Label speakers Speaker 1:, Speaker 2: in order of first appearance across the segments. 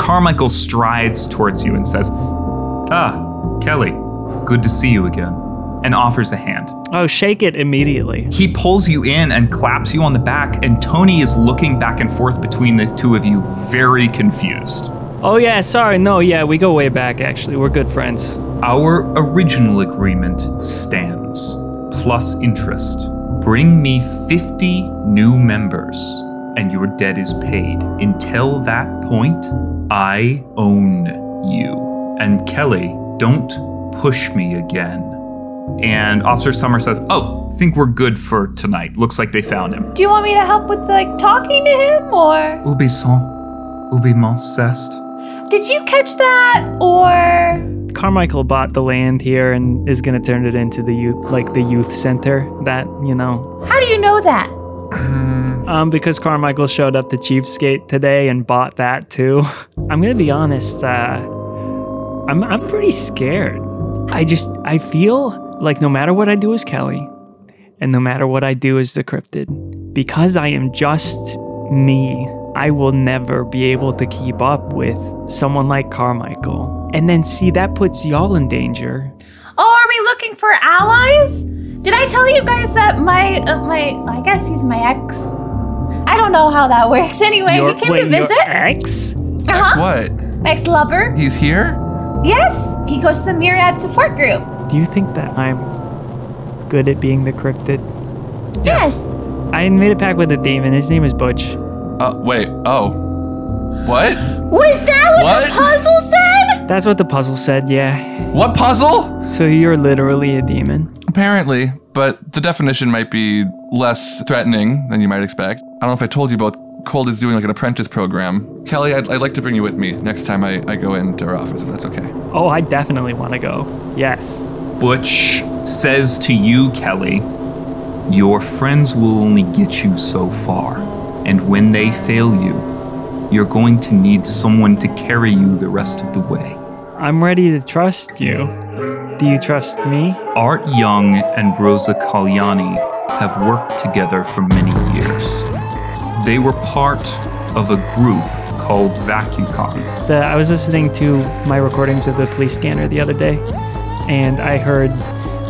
Speaker 1: Carmichael strides towards you and says, Ah, Kelly, good to see you again, and offers a hand.
Speaker 2: Oh, shake it immediately.
Speaker 1: He pulls you in and claps you on the back, and Tony is looking back and forth between the two of you, very confused.
Speaker 2: Oh, yeah, sorry. No, yeah, we go way back, actually. We're good friends.
Speaker 1: Our original agreement stands. Plus interest. Bring me 50 new members, and your debt is paid. Until that point, I own you. And Kelly, don't push me again. And Officer Summer says, Oh, I think we're good for tonight. Looks like they found him.
Speaker 3: Do you want me to help with like talking to him or
Speaker 1: Ubi son, ubi cest.
Speaker 3: did you catch that or
Speaker 2: Carmichael bought the land here and is going to turn it into the youth, like the youth center that, you know.
Speaker 3: how do you know that? Oh,
Speaker 2: Um, because Carmichael showed up to Cheapskate today and bought that too. I'm going to be honest, uh, I'm, I'm pretty scared. I just, I feel like no matter what I do as Kelly, and no matter what I do as the cryptid, because I am just me, I will never be able to keep up with someone like Carmichael. And then see, that puts y'all in danger
Speaker 3: Oh, are we looking for allies? Did I tell you guys that my uh, my I guess he's my ex. I don't know how that works. Anyway,
Speaker 2: Your-
Speaker 3: he came
Speaker 2: wait,
Speaker 3: to
Speaker 2: your
Speaker 3: visit.
Speaker 2: ex?
Speaker 3: Uh-huh.
Speaker 4: What?
Speaker 3: Ex-lover.
Speaker 4: He's here?
Speaker 3: Yes, he goes to the Myriad Support Group.
Speaker 2: Do you think that I'm good at being the cryptid?
Speaker 3: Yes.
Speaker 2: I made a pact with a demon. His name is Butch.
Speaker 4: Uh, wait. Oh. What?
Speaker 3: Was that what,
Speaker 4: What?
Speaker 3: the puzzle said?
Speaker 2: That's what the puzzle said, yeah.
Speaker 4: What puzzle?
Speaker 2: So you're literally a demon.
Speaker 4: Apparently, but the definition might be less threatening than you might expect. I don't know if I told you about Cold is doing like an apprentice program. Kelly, I'd, I'd like to bring you with me next time I, I go into her office, if that's okay.
Speaker 2: Oh, I definitely want to go. Yes.
Speaker 1: Butch says to you, Kelly, your friends will only get you so far. And when they fail you, you're going to need someone to carry you the rest of the way.
Speaker 2: I'm ready to trust you. Do you trust me?
Speaker 1: Art Young and Rosa Kalyani have worked together for many years. They were part of a group called VacuCon.
Speaker 2: The, I was listening to my recordings of the police scanner the other day, and I heard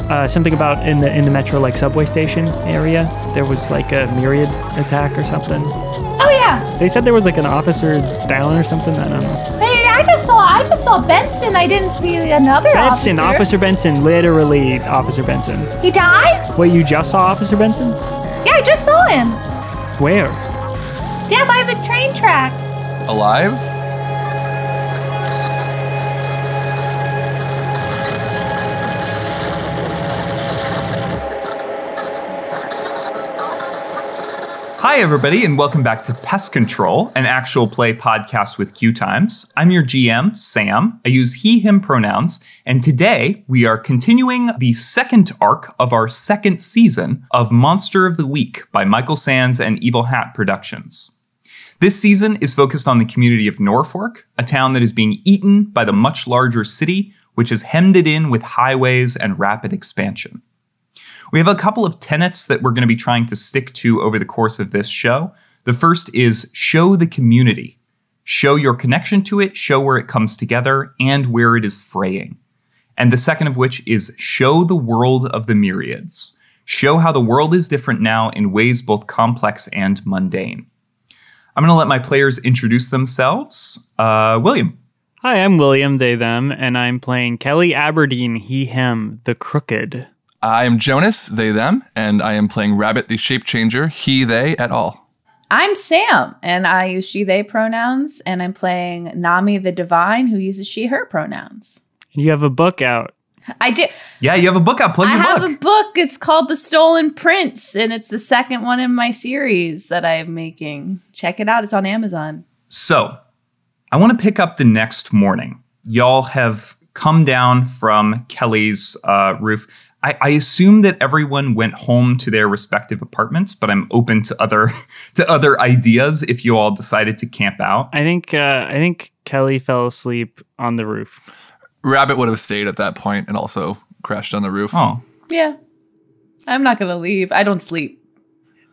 Speaker 2: uh, something about in the in the metro like subway station area. There was like a myriad attack or something.
Speaker 3: Oh yeah.
Speaker 2: They said there was like an officer down or something. I don't know.
Speaker 3: Hey, I just saw I just saw Benson. I didn't see another
Speaker 2: Benson, Officer
Speaker 3: officer.
Speaker 2: Benson, literally Officer Benson.
Speaker 3: He died?
Speaker 2: Wait, you just saw Officer Benson?
Speaker 3: Yeah, I just saw him.
Speaker 2: Where?
Speaker 3: Yeah, by the train tracks.
Speaker 4: Alive?
Speaker 1: Hi, everybody, and welcome back to Pest Control, an actual play podcast with Q Times. I'm your GM, Sam. I use he, him pronouns. And today we are continuing the second arc of our second season of Monster of the Week by Michael Sands and Evil Hat Productions. This season is focused on the community of Norfolk, a town that is being eaten by the much larger city, which is hemmed it in with highways and rapid expansion. We have a couple of tenets that we're going to be trying to stick to over the course of this show. The first is show the community, show your connection to it, show where it comes together, and where it is fraying. And the second of which is show the world of the myriads, show how the world is different now in ways both complex and mundane. I'm going to let my players introduce themselves. Uh, William.
Speaker 2: Hi, I'm William They Them, and I'm playing Kelly Aberdeen, he him, the crooked.
Speaker 4: I am Jonas, they, them, and I am playing Rabbit the Shape Changer, he, they, at all.
Speaker 3: I'm Sam, and I use she, they pronouns, and I'm playing Nami the Divine, who uses she, her pronouns.
Speaker 2: You have a book out.
Speaker 3: I do.
Speaker 1: Yeah, you have a book out. Plug
Speaker 3: I
Speaker 1: your
Speaker 3: have
Speaker 1: book.
Speaker 3: a book. It's called The Stolen Prince, and it's the second one in my series that I'm making. Check it out. It's on Amazon.
Speaker 1: So, I want to pick up the next morning. Y'all have come down from Kelly's uh, roof. I, I assume that everyone went home to their respective apartments, but I'm open to other to other ideas if you all decided to camp out.
Speaker 2: I think uh, I think Kelly fell asleep on the roof.
Speaker 4: Rabbit would have stayed at that point and also crashed on the roof.
Speaker 1: Oh,
Speaker 3: Yeah. I'm not going to leave. I don't sleep.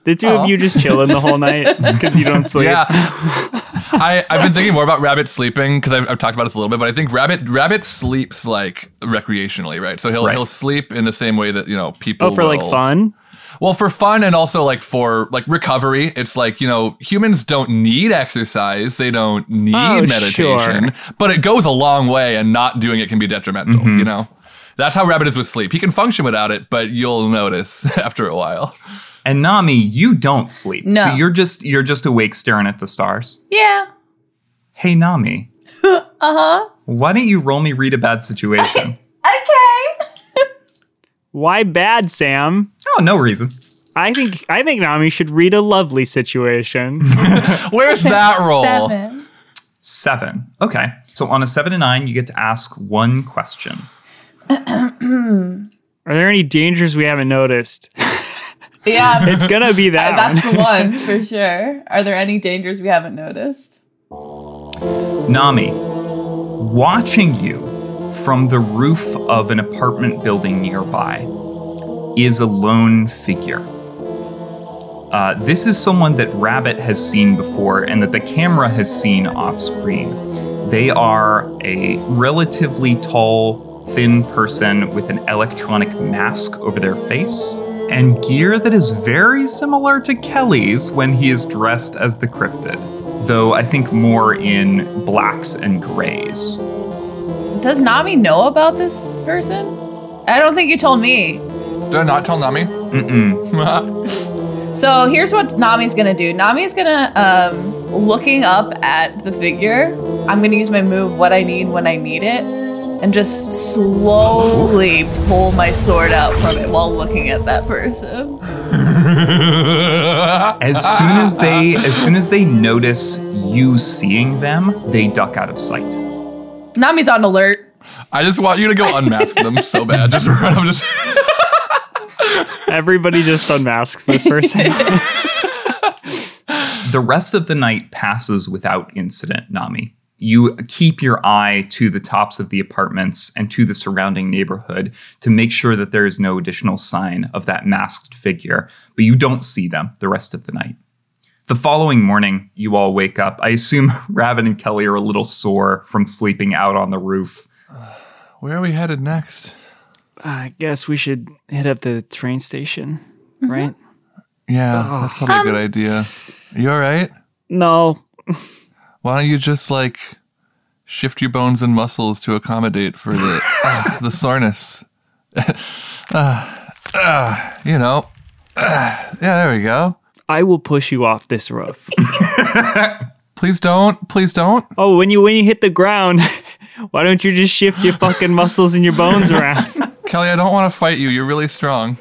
Speaker 2: The two
Speaker 4: Aw.
Speaker 2: of you just chilling the whole night because you don't sleep.
Speaker 4: Yeah. I, I've been thinking more about rabbit sleeping because I've, I've talked about this a little bit, but I think rabbit rabbit sleeps like recreationally, right? So he'll
Speaker 1: Right.
Speaker 4: he'll sleep in the same way that you know people.
Speaker 2: Oh, for like
Speaker 4: will-
Speaker 2: fun.
Speaker 4: Well, for fun and also like for like recovery. It's like you know humans don't need exercise; they don't need
Speaker 2: Oh,
Speaker 4: meditation, but it goes a long way, and not doing it can be detrimental.
Speaker 2: Mm-hmm.
Speaker 4: You know. That's how rabbit is with sleep. He can function without it, but you'll notice after a while.
Speaker 1: And Nami, you don't sleep. So
Speaker 3: No.
Speaker 1: you're just you're just awake staring at the stars.
Speaker 3: Yeah.
Speaker 1: Hey Nami,
Speaker 3: Uh huh.
Speaker 1: why don't you roll me read a bad situation?
Speaker 3: Okay.
Speaker 2: Why bad, Sam?
Speaker 1: oh, no reason.
Speaker 2: I think I think Nami should read a lovely situation.
Speaker 4: Where's that roll?
Speaker 3: Seven.
Speaker 1: Seven. Okay. So on a seven to nine, you get to ask one question.
Speaker 2: Are there any dangers we haven't noticed?
Speaker 3: Yeah. uh,
Speaker 2: It's gonna be that.
Speaker 3: That's
Speaker 2: one.
Speaker 3: the one for sure. Are there any dangers we haven't noticed?
Speaker 1: Nami, watching you from the roof of an apartment building nearby is a lone figure. Uh, this is someone that Rabbit has seen before and that the camera has seen off screen. They are a relatively tall, thin person with an electronic mask over their face and gear that is very similar to Kelly's when he is dressed as the cryptid, though I think more in blacks and grays.
Speaker 3: Does Nami know about this person? I don't think you told me.
Speaker 4: Did I not tell Nami?
Speaker 1: Mm-mm.
Speaker 3: So here's what Nami's gonna do. Nami's gonna um, looking up at the figure. I'm gonna use my move, what I need when I need it, and just slowly pull my sword out from it while looking at that person.
Speaker 1: As soon as they as soon as they notice you seeing them, they duck out of sight.
Speaker 3: Nami's on alert.
Speaker 4: I just want you to go unmask them so bad. Just run up, just
Speaker 2: Everybody just unmasks this person.
Speaker 1: The rest of the night passes without incident, Nami. You keep your eye to the tops of the apartments and to the surrounding neighborhood to make sure that there is no additional sign of that masked figure, but you don't see them the rest of the night. The following morning, you all wake up. I assume Rabbit and Kelly are a little sore from sleeping out on the roof.
Speaker 4: Where are we headed next?
Speaker 2: I guess we should hit up the train station, right?
Speaker 4: Yeah, that's probably a good idea. You all right?
Speaker 2: No.
Speaker 4: Why don't you just like shift your bones and muscles to accommodate for the ah, the soreness? Ah, ah, you know. Ah, yeah, there we go.
Speaker 2: I will push you off this roof.
Speaker 4: Please don't. Please don't.
Speaker 2: oh, when you when you hit the ground, why don't you just shift your fucking muscles and your bones around?
Speaker 4: Kelly, I don't want to fight you. You're really strong.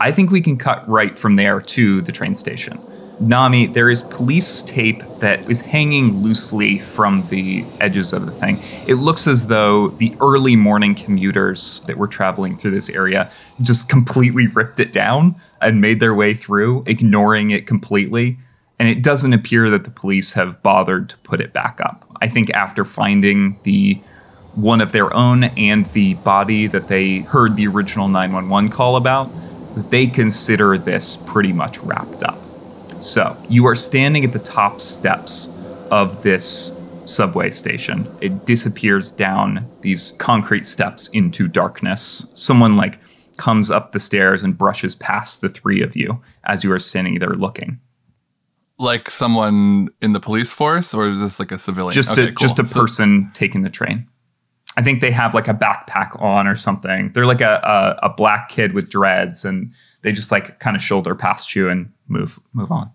Speaker 1: I think we can cut right from there to the train station. Nami, there is police tape that is hanging loosely from the edges of the thing. It looks as though the early morning commuters that were traveling through this area just completely ripped it down and made their way through, ignoring it completely. And it doesn't appear that the police have bothered to put it back up. I think after finding the one of their own and the body that they heard the original 911 call about, that they consider this pretty much wrapped up. So you are standing at the top steps of this subway station. It disappears down these concrete steps into darkness. Someone like comes up the stairs and brushes past the three of you as you are standing there looking.
Speaker 4: Like someone in the police force, or just like a civilian?
Speaker 1: Just a
Speaker 4: Okay, cool.
Speaker 1: just a
Speaker 4: So-
Speaker 1: person taking the train. I think they have like a backpack on or something. They're like a a, a black kid with dreads, and they just like kind of shoulder past you and move move on.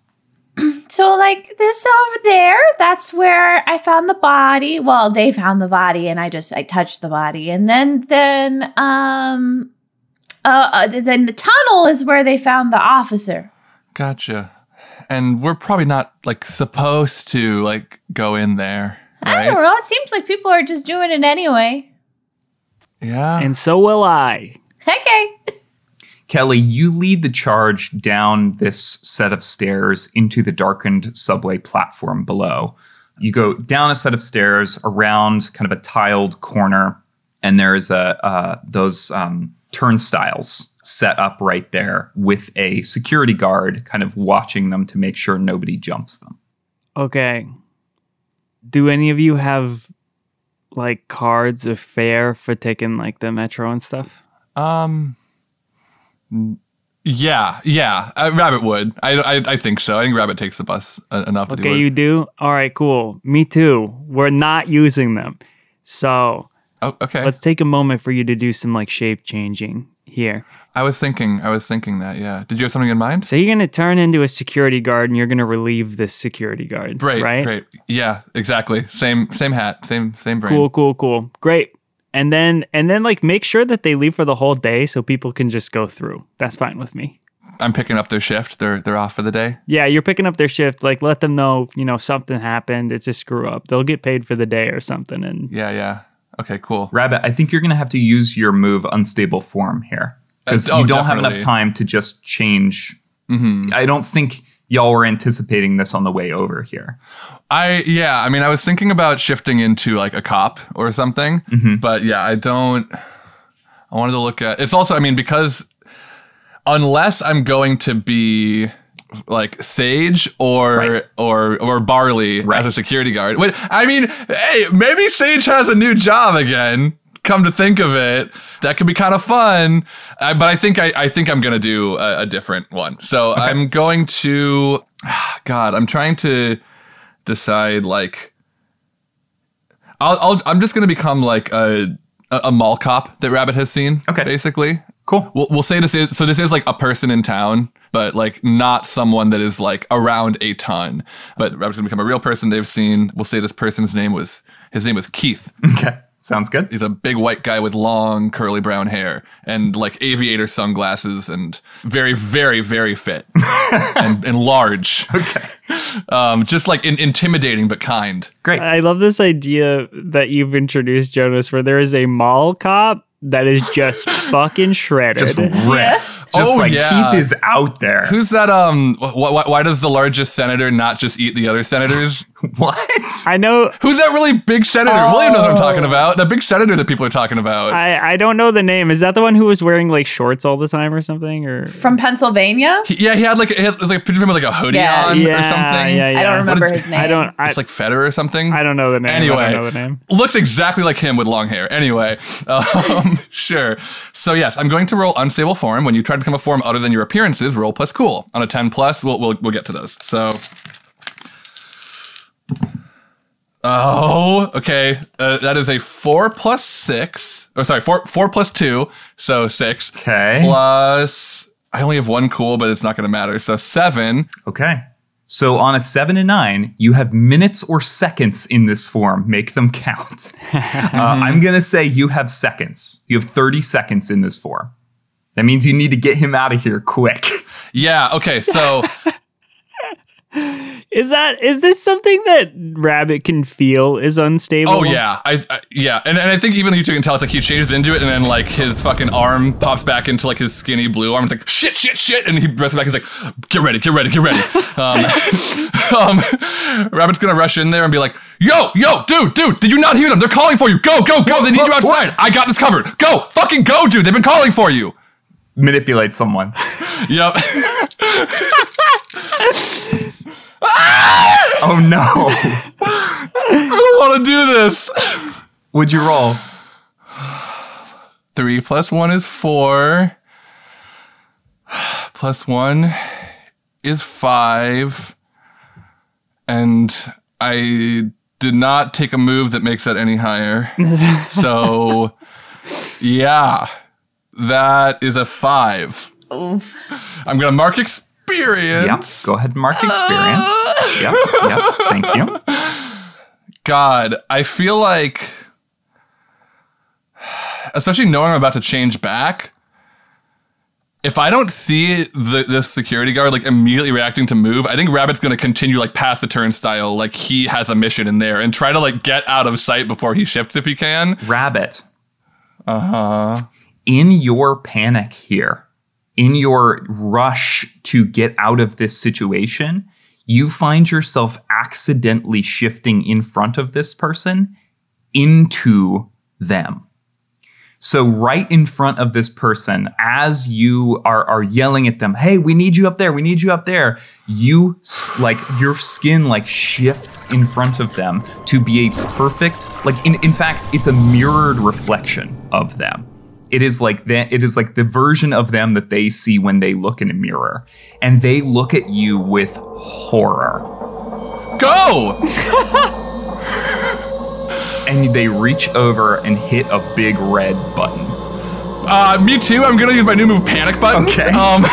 Speaker 3: So like this over there, that's where I found the body. Well, they found the body, and I just I touched the body, and then then um, uh, uh then the tunnel is where they found the officer.
Speaker 4: Gotcha. And we're probably not like supposed to like go in there,
Speaker 3: I don't
Speaker 4: right?
Speaker 3: know. It seems like people are just doing it anyway.
Speaker 4: Yeah.
Speaker 2: and so will I.
Speaker 3: Okay.
Speaker 1: Kelly, you lead the charge down this set of stairs into the darkened subway platform below. You go down a set of stairs around kind of a tiled corner, and there is a uh, those um, turnstiles set up right there with a security guard kind of watching them to make sure nobody jumps them.
Speaker 2: Okay. do any of you have like cards or fare for taking like the metro and stuff?
Speaker 4: Um. n- Yeah, yeah. Uh, Rabbit would. I, I, I think so. I think Rabbit takes the bus uh, enough that he
Speaker 2: Okay,
Speaker 4: would.
Speaker 2: you do? All right, cool. Me too. We're not using them. So
Speaker 4: oh, okay.
Speaker 2: let's take a moment for you to do some like shape changing here.
Speaker 4: I was thinking. I was thinking that. Yeah. Did you have something in mind?
Speaker 2: So you're going to turn into a security guard and you're going to relieve this security guard.
Speaker 4: Great.
Speaker 2: right?
Speaker 4: Great. Yeah. Exactly. Same. Same hat. Same. Same brain.
Speaker 2: Cool, cool, cool. Great. And then and then like make sure that they leave for the whole day so people can just go through. That's fine with me.
Speaker 4: I'm picking up their shift. They're they're off for the day.
Speaker 2: Yeah, you're picking up their shift. Like let them know, you know, something happened. It's a screw up. They'll get paid for the day or something and
Speaker 4: Yeah. Yeah. Okay. Cool.
Speaker 1: Rabbit, I think you're going to have to use your move unstable form here because
Speaker 4: Uh, oh,
Speaker 1: you don't have
Speaker 4: definitely. Mm-hmm.
Speaker 1: enough time to just change. I don't think y'all were anticipating this on the way over here.
Speaker 4: I yeah, I mean I was thinking about shifting into like a cop or something, but yeah, I don't I wanted to look at It's also I mean because unless I'm going to be like Sage or
Speaker 1: Right.
Speaker 4: or or Barley as
Speaker 1: Right.
Speaker 4: a security guard. Wait, I mean, hey, maybe Sage has a new job again. Come to think of it, that could be kind of fun. Uh, but I think I, I think I'm gonna do a, a different one. So I'm going to, ah, God, I'm trying to decide like I'll, I'll I'm just gonna become like a a, a mall cop that Rabbit has seen.
Speaker 1: Okay.
Speaker 4: basically.
Speaker 1: Cool.
Speaker 4: We'll, we'll say this is so this is like a person in town, but like not someone that is like around a ton. But Rabbit's gonna become a real person they've seen. We'll say this person's name was his name was Keith.
Speaker 1: Okay. Sounds good.
Speaker 4: He's a big white guy with long curly brown hair and like aviator sunglasses and very very very fit and, and large. Okay, um, just like in, intimidating but kind.
Speaker 1: Great.
Speaker 2: I love this idea that you've introduced Jonas where there is a mall cop that is just fucking shredded.
Speaker 1: Just ripped. Just
Speaker 4: Oh,
Speaker 1: like
Speaker 4: yeah.
Speaker 1: Keith is out there.
Speaker 4: Who's that? Um, wh- wh- why does the largest senator not just eat the other senators?
Speaker 1: what?
Speaker 2: I know
Speaker 4: Who's that really big senator? William knows what I'm talking about. That big senator that people are talking about.
Speaker 2: Oh. I, I don't know the name. Is that the one who was wearing like shorts all the time or something? Or
Speaker 3: From Pennsylvania?
Speaker 4: He- yeah, he had like he had, there's like a picture of him with like a hoodie
Speaker 3: Yeah.
Speaker 4: on or something.
Speaker 2: Yeah, yeah.
Speaker 3: I don't remember
Speaker 4: What did-
Speaker 3: his name.
Speaker 2: I don't. I,
Speaker 4: It's like Federer or something.
Speaker 2: I don't know the name.
Speaker 4: Anyway,
Speaker 2: I don't know the name.
Speaker 4: looks exactly like him with long hair. Anyway, um, sure. So yes, I'm going to roll unstable form. When you try to become a form other than your appearances, roll plus cool. On a 10 plus, we'll we'll, we'll get to those. So. Oh, okay. Uh, that is a four plus six. Oh, sorry, four four plus two, so six.
Speaker 1: Okay.
Speaker 4: Plus, I only have one cool, but it's not going to matter. So seven.
Speaker 1: Okay. So on a seven and nine, you have minutes or seconds in this form. Make them count. Uh, I'm going to say you have seconds. You have 30 seconds in this form. That means you need to get him out of here quick.
Speaker 4: Yeah. Okay. So.
Speaker 2: Is that is this something that Rabbit can feel is unstable?
Speaker 4: Oh yeah, I, I yeah, and, and I think even you two can tell it's like he changes into it, and then like his fucking arm pops back into like his skinny blue arm. It's like shit, shit, shit, and he rests back. He's like, get ready, get ready, get ready. Um, um, Rabbit's gonna rush in there and be like, yo, yo, dude, dude, did you not hear them? They're calling for you. Go, go, go. They need you outside. I got this covered. Go, fucking go, dude. They've been calling for you.
Speaker 1: Manipulate someone.
Speaker 4: Yep.
Speaker 1: Oh no.
Speaker 4: I don't want to do this.
Speaker 1: Would you roll?
Speaker 4: Three plus one is four. Plus one is five. And I did not take a move that makes that any higher. so, yeah, that is a five. I'm going to mark
Speaker 1: Yeah.
Speaker 4: experience.
Speaker 1: Go ahead and mark experience. Yep. Yep. Thank you.
Speaker 4: God, I feel like, especially knowing I'm about to change back, if I don't see the, this security guard like immediately reacting to move, I think Rabbit's gonna continue like past the turnstile, like he has a mission in there, and try to like get out of sight before he shifts if he can.
Speaker 1: Rabbit. Uh huh. In your panic here, in your rush to get out of this situation, you find yourself accidentally shifting in front of this person into them. So right in front of this person, as you are are yelling at them, "Hey, we need you up there. We need you up there." You s- like your skin like shifts in front of them to be a perfect like in in fact, it's a mirrored reflection of them. It is like that it is like the version of them that they see when they look in a mirror. And they look at you with horror.
Speaker 4: Go!
Speaker 1: and they reach over and hit a big red button.
Speaker 4: Uh, me too. I'm gonna use my new move, panic button.
Speaker 1: Okay.
Speaker 4: Um,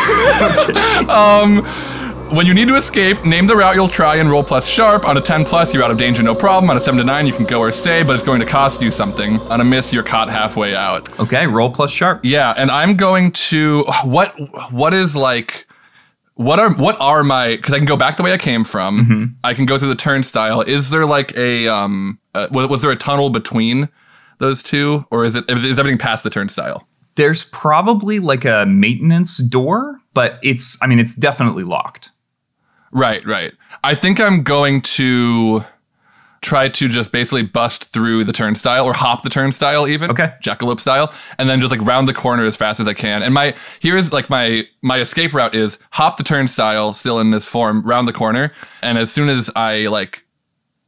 Speaker 4: um, when you need to escape, name the route you'll try and roll plus sharp. On a 10 plus, you're out of danger, no problem. On a 7 to 9, you can go or stay, but it's going to cost you something. On a miss, you're caught halfway out.
Speaker 1: Okay, roll plus sharp.
Speaker 4: Yeah, and I'm going to what what is like what are what are my because I can go back the way I came from. I can go through the turnstile. Is there like a um uh, was, was there a tunnel between those two, or is it is, is everything past the turnstile?
Speaker 1: There's probably like a maintenance door, but it's, I mean, it's definitely locked.
Speaker 4: Right, right. I think I'm going to try to just basically bust through the turnstile or hop the turnstile even
Speaker 1: Okay.
Speaker 4: jackalope style and then just like round the corner as fast as i can and my here's like my my escape route is hop the turnstile still in this form round the corner and as soon as i like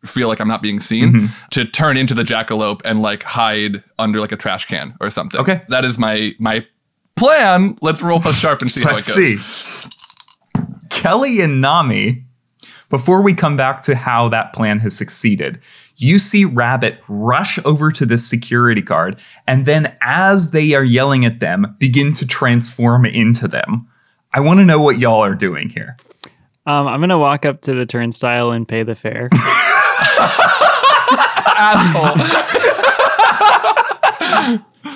Speaker 4: feel like i'm not being seen
Speaker 1: Mm-hmm.
Speaker 4: to turn into the jackalope and like hide under like a trash can or something
Speaker 1: Okay.
Speaker 4: that is my my plan let's roll plus sharp and see how Oh, it goes
Speaker 1: Kelly and Nami, before we come back to how that plan has succeeded, you see Rabbit rush over to this security guard, and then as they are yelling at them, begin to transform into them. I want to know what y'all are doing here.
Speaker 2: Um, I'm gonna walk up to the turnstile and pay the fare.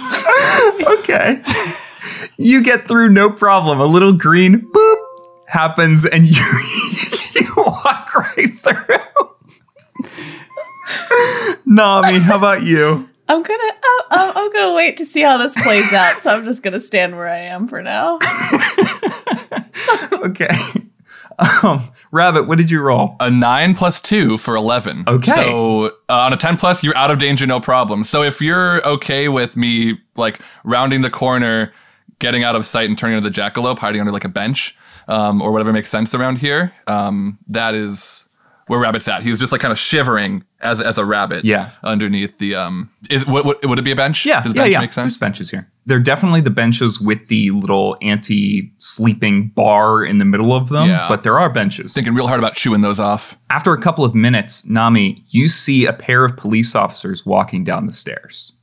Speaker 1: okay. You get through no problem. A little green boop happens and you you walk right through. Nami, how about you?
Speaker 3: I'm gonna I'm, I'm- I'm gonna wait to see how this plays out. So I'm just gonna stand where I am for now.
Speaker 1: Okay. Um, Rabbit, what did you roll?
Speaker 4: a nine plus two for eleven.
Speaker 1: Okay.
Speaker 4: So uh, on a ten plus, you're out of danger, no problem. So if you're okay with me like rounding the corner, getting out of sight, and turning into the jackalope, hiding under like a bench um, or whatever makes sense around here, um, that is where Rabbit's at. He's just like kind of shivering as as a rabbit.
Speaker 1: Yeah.
Speaker 4: Underneath the um, is what, what would it be a bench?
Speaker 1: Yeah,
Speaker 4: Does
Speaker 1: yeah,
Speaker 4: bench
Speaker 1: yeah.
Speaker 4: make
Speaker 1: There's
Speaker 4: sense?
Speaker 1: benches here. They're definitely the benches with the little anti-sleeping bar in the middle of them,
Speaker 4: Yeah.
Speaker 1: but there are benches.
Speaker 4: Thinking real hard about chewing those off.
Speaker 1: After a couple of minutes, Nami, you see a pair of police officers walking down the stairs.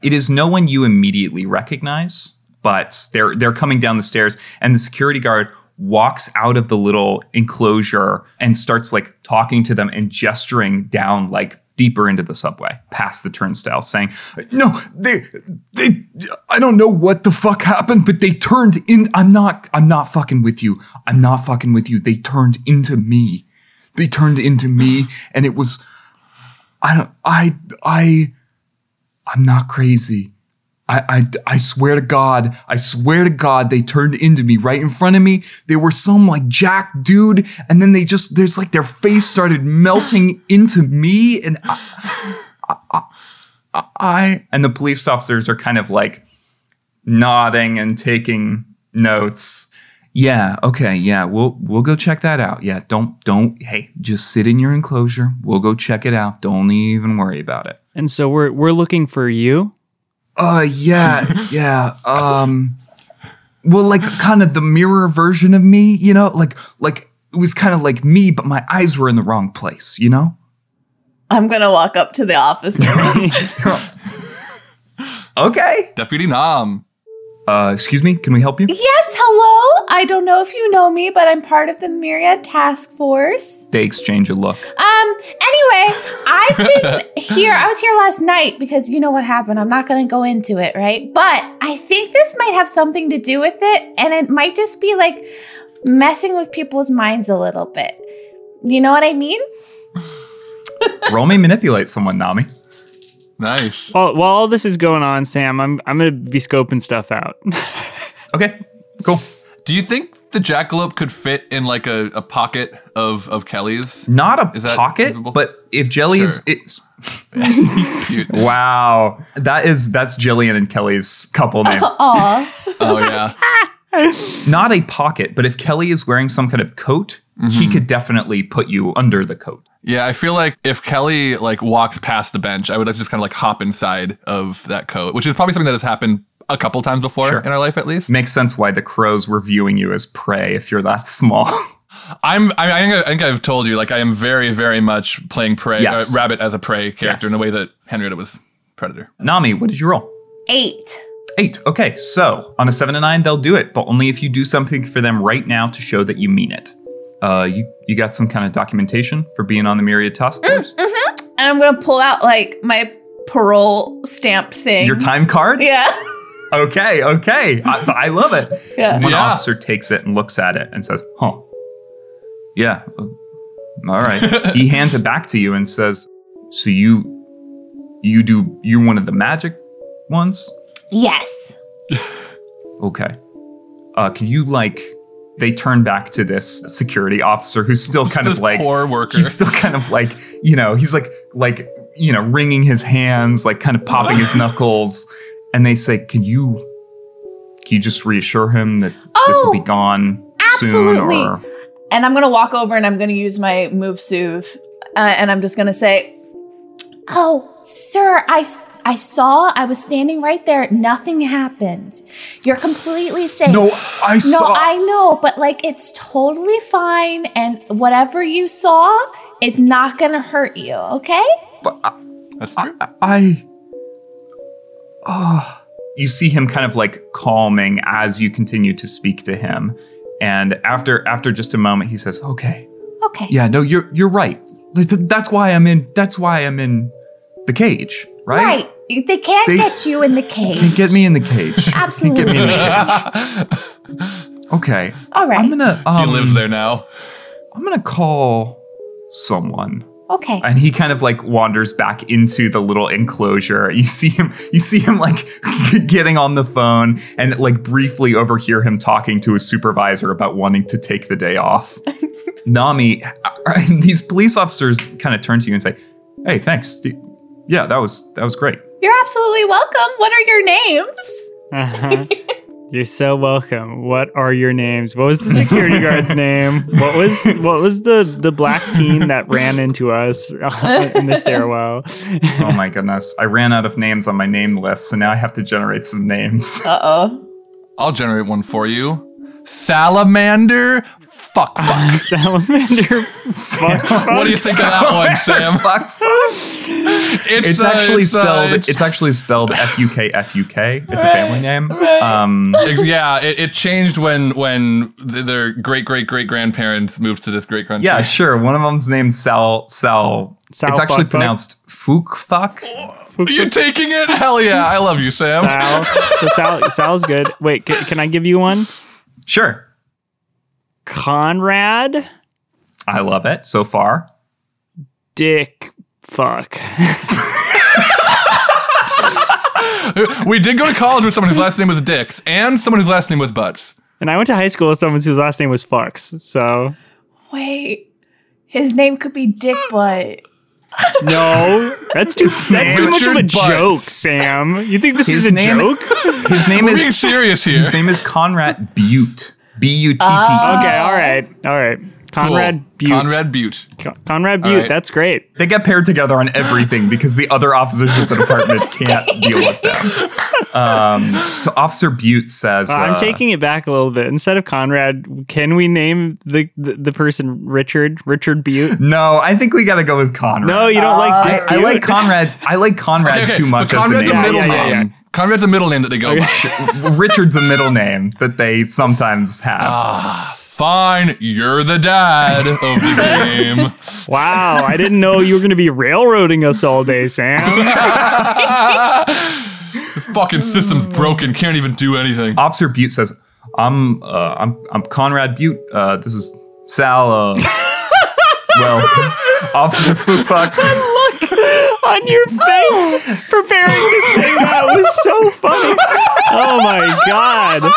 Speaker 1: It is no one you immediately recognize, but they're they're coming down the stairs and the security guard walks out of the little enclosure and starts like talking to them and gesturing down like deeper into the subway past the turnstile saying no they they i don't know what the fuck happened but they turned in i'm not i'm not fucking with you i'm not fucking with you they turned into me they turned into me and it was i don't i i i'm not crazy I, I, I swear to God, I swear to God, they turned into me right in front of me. They were some like jack dude, and then they just there's like their face started melting into me, and I, I, I, I and the police officers are kind of like nodding and taking notes. Yeah, okay, yeah. We'll we'll go check that out. Yeah, don't don't hey, just sit in your enclosure. We'll go check it out. Don't even worry about it.
Speaker 2: and so we're we're looking for you.
Speaker 1: Uh yeah, yeah. Um well like kind of the mirror version of me, you know? Like like it was kind of like me, but my eyes were in the wrong place, you know?
Speaker 3: I'm gonna walk up to the office.
Speaker 1: okay.
Speaker 4: Deputy Nam.
Speaker 1: Uh excuse me, can we help you?
Speaker 3: yes, hello. I don't know if you know me, but I'm part of the Myriad Task Force.
Speaker 1: They exchange a look.
Speaker 3: Um, anyway, I've been here. I was here last night because you know what happened. I'm not going to go into it, right? But I think this might have something to do with it. And it might just be like messing with people's minds a little bit. You know what I mean?
Speaker 1: Roll me manipulate someone, Nami.
Speaker 4: Nice.
Speaker 2: While, while all this is going on, Sam, I'm I'm gonna be scoping stuff out.
Speaker 1: Okay. Cool.
Speaker 4: Do you think the jackalope could fit in like a, a pocket of, of Kelly's?
Speaker 1: Not a
Speaker 4: Is that
Speaker 1: pocket,
Speaker 4: visible?
Speaker 1: but if Jelly's,
Speaker 4: Sure.
Speaker 1: it's,
Speaker 4: You-
Speaker 1: wow, that is that's Jillian and Kelly's couple name.
Speaker 3: Aw.
Speaker 4: oh yeah.
Speaker 1: Not a pocket, but if Kelly is wearing some kind of coat, he could definitely put you under the coat.
Speaker 4: Yeah, I feel like if Kelly like walks past the bench, I would like to just kind of like hop inside of that coat, which is probably something that has happened a couple times before
Speaker 1: Sure.
Speaker 4: in our life at least.
Speaker 1: Makes sense why the crows were viewing you as prey if you're that small.
Speaker 4: I'm I, I, think I, I think I've told you like I am very very much playing prey
Speaker 1: Yes.
Speaker 4: uh, rabbit as a prey character
Speaker 1: Yes.
Speaker 4: in a way that Henrietta was predator.
Speaker 1: Nami, what did you roll?
Speaker 3: Eight.
Speaker 1: Eight. Okay, so on a seven and nine, they'll do it, but only if you do something for them right now to show that you mean it. Uh, you you got some kind of documentation for being on the Myriad Task Force?
Speaker 3: And I'm gonna pull out like my parole stamp thing.
Speaker 1: Your time card?
Speaker 3: Yeah.
Speaker 1: Okay, okay. I, I love it.
Speaker 3: Yeah.
Speaker 1: One
Speaker 4: Yeah.
Speaker 1: officer takes it and looks at it and says, huh. Yeah. uh, All right. he hands it back to you and says, so you you do you're one of the magic ones?
Speaker 3: Yes.
Speaker 1: Okay. Uh, can you like? They turn back to this security officer who's still kind
Speaker 4: This
Speaker 1: of like
Speaker 4: poor worker.
Speaker 1: He's still kind of like you know he's like like you know wringing his hands, like kind of popping his knuckles, and they say, "Can you? Can you just reassure him that this will
Speaker 3: Oh,
Speaker 1: be gone
Speaker 3: absolutely.
Speaker 1: soon?" Or
Speaker 3: And I'm gonna walk over and I'm gonna use my move soothe, uh, and I'm just gonna say, "Oh, sir, I s- I saw. I was standing right there. Nothing happened. You're completely safe."
Speaker 1: no, I
Speaker 3: No,
Speaker 1: saw.
Speaker 3: I know, but like it's totally fine, and whatever you saw is not gonna hurt you, okay?
Speaker 4: That's true.
Speaker 1: I. Ah. you see him kind of like calming as you continue to speak to him, and after after just a moment, he says, "Okay,
Speaker 3: Okay.
Speaker 1: Yeah, no, you're you're right. Th- th- That's why I'm in. That's why I'm in the cage, right?
Speaker 3: Right. They can't
Speaker 1: They-
Speaker 3: get you in the cage.
Speaker 1: Can't get me in the cage.
Speaker 3: Absolutely.
Speaker 1: Can't get me in the cage. Okay.
Speaker 3: All right.
Speaker 1: I'm gonna. Um,
Speaker 4: you live there now.
Speaker 1: I'm gonna call someone.
Speaker 3: okay.
Speaker 1: And he kind of like wanders back into the little enclosure. You see him. You see him like getting on the phone and like briefly overhear him talking to his supervisor about wanting to take the day off. Nami, these police officers kind of turn to you and say, "Hey, thanks. Yeah, that was that was great."
Speaker 3: You're absolutely welcome. What are your names?
Speaker 2: Uh-huh. You're so welcome. What are your names? What was the security guard's name? What was what was the the black teen that ran into us uh, in the stairwell?
Speaker 1: Oh my goodness, I ran out of names on my name list, so now I have to generate some names.
Speaker 3: Uh oh.
Speaker 4: I'll generate one for you. Salamander. Fuck. fuck.
Speaker 2: Salamander. Fuck,
Speaker 4: what do you think of that one, Sam?
Speaker 1: Fuck. It's
Speaker 4: uh,
Speaker 1: actually
Speaker 4: uh,
Speaker 1: spelled.
Speaker 4: it's-
Speaker 1: it's, actually spelled F U K F U K. It's a family name. Um,
Speaker 4: Ex- yeah, it, it changed when when th- their great great great grandparents moved to this great country.
Speaker 1: yeah, sure. One of them's named Sal. Sal.
Speaker 2: Sal
Speaker 1: it's actually
Speaker 2: Fuck Fuck?
Speaker 1: pronounced Fook Fuck.
Speaker 4: You're taking it? Hell yeah! I love you, Sam.
Speaker 2: Sal. So Sal. Sal's good. Wait, ca- can I give you one?
Speaker 1: Sure,
Speaker 2: Conrad.
Speaker 1: I love it so far.
Speaker 2: Dick. Fuck.
Speaker 4: We did go to college with someone whose last name was Dix and someone whose last name was Butts.
Speaker 2: And I went to high school with someone whose last name was Fucks. So
Speaker 3: Wait. His name could be Dick Butt.
Speaker 2: no, that's too that's too much of a
Speaker 4: Richard Butts.
Speaker 2: joke, Sam. You think this
Speaker 1: His
Speaker 2: is a
Speaker 1: name-
Speaker 2: joke?
Speaker 1: His name
Speaker 4: Being
Speaker 1: is
Speaker 4: serious
Speaker 1: his
Speaker 4: here.
Speaker 1: name is Conrad Butte. B U T E. T.
Speaker 2: Oh, Okay, all right, all right.
Speaker 4: Cool.
Speaker 2: Conrad Butte.
Speaker 4: Conrad Butte.
Speaker 2: Co- Conrad Butte.
Speaker 4: right.
Speaker 2: That's great.
Speaker 1: They get paired together on everything because the other officers at the department can't deal with them. Um, so Officer Butte says,
Speaker 2: I'm
Speaker 1: uh,
Speaker 2: taking it back a little bit. Instead of Conrad, can we name the the, the person Richard? Richard Butte.
Speaker 1: No, I think we got to go with Conrad.
Speaker 2: No, you don't like
Speaker 1: I,
Speaker 2: Dick.
Speaker 1: I like
Speaker 2: Butte?
Speaker 1: Conrad. I like Conrad
Speaker 4: Okay,
Speaker 1: too much
Speaker 4: but
Speaker 1: as the
Speaker 4: Conrad's
Speaker 1: name.
Speaker 4: a
Speaker 2: Yeah,
Speaker 4: middle
Speaker 2: yeah, yeah,
Speaker 4: name. Conrad's a middle name that they go. by.
Speaker 1: Richard's a middle name that they sometimes have.
Speaker 4: Fine, you're the dad of the game.
Speaker 2: Wow, I didn't know you were going to be railroading us all day, Sam.
Speaker 4: Fucking system's broken. Can't even do anything.
Speaker 1: Officer Butte says, "I'm uh, I'm I'm Conrad Butte. Uh, this is Sal. Uh, well, Officer Fookfuck.
Speaker 2: On your face, preparing to say that was so funny. Oh my god.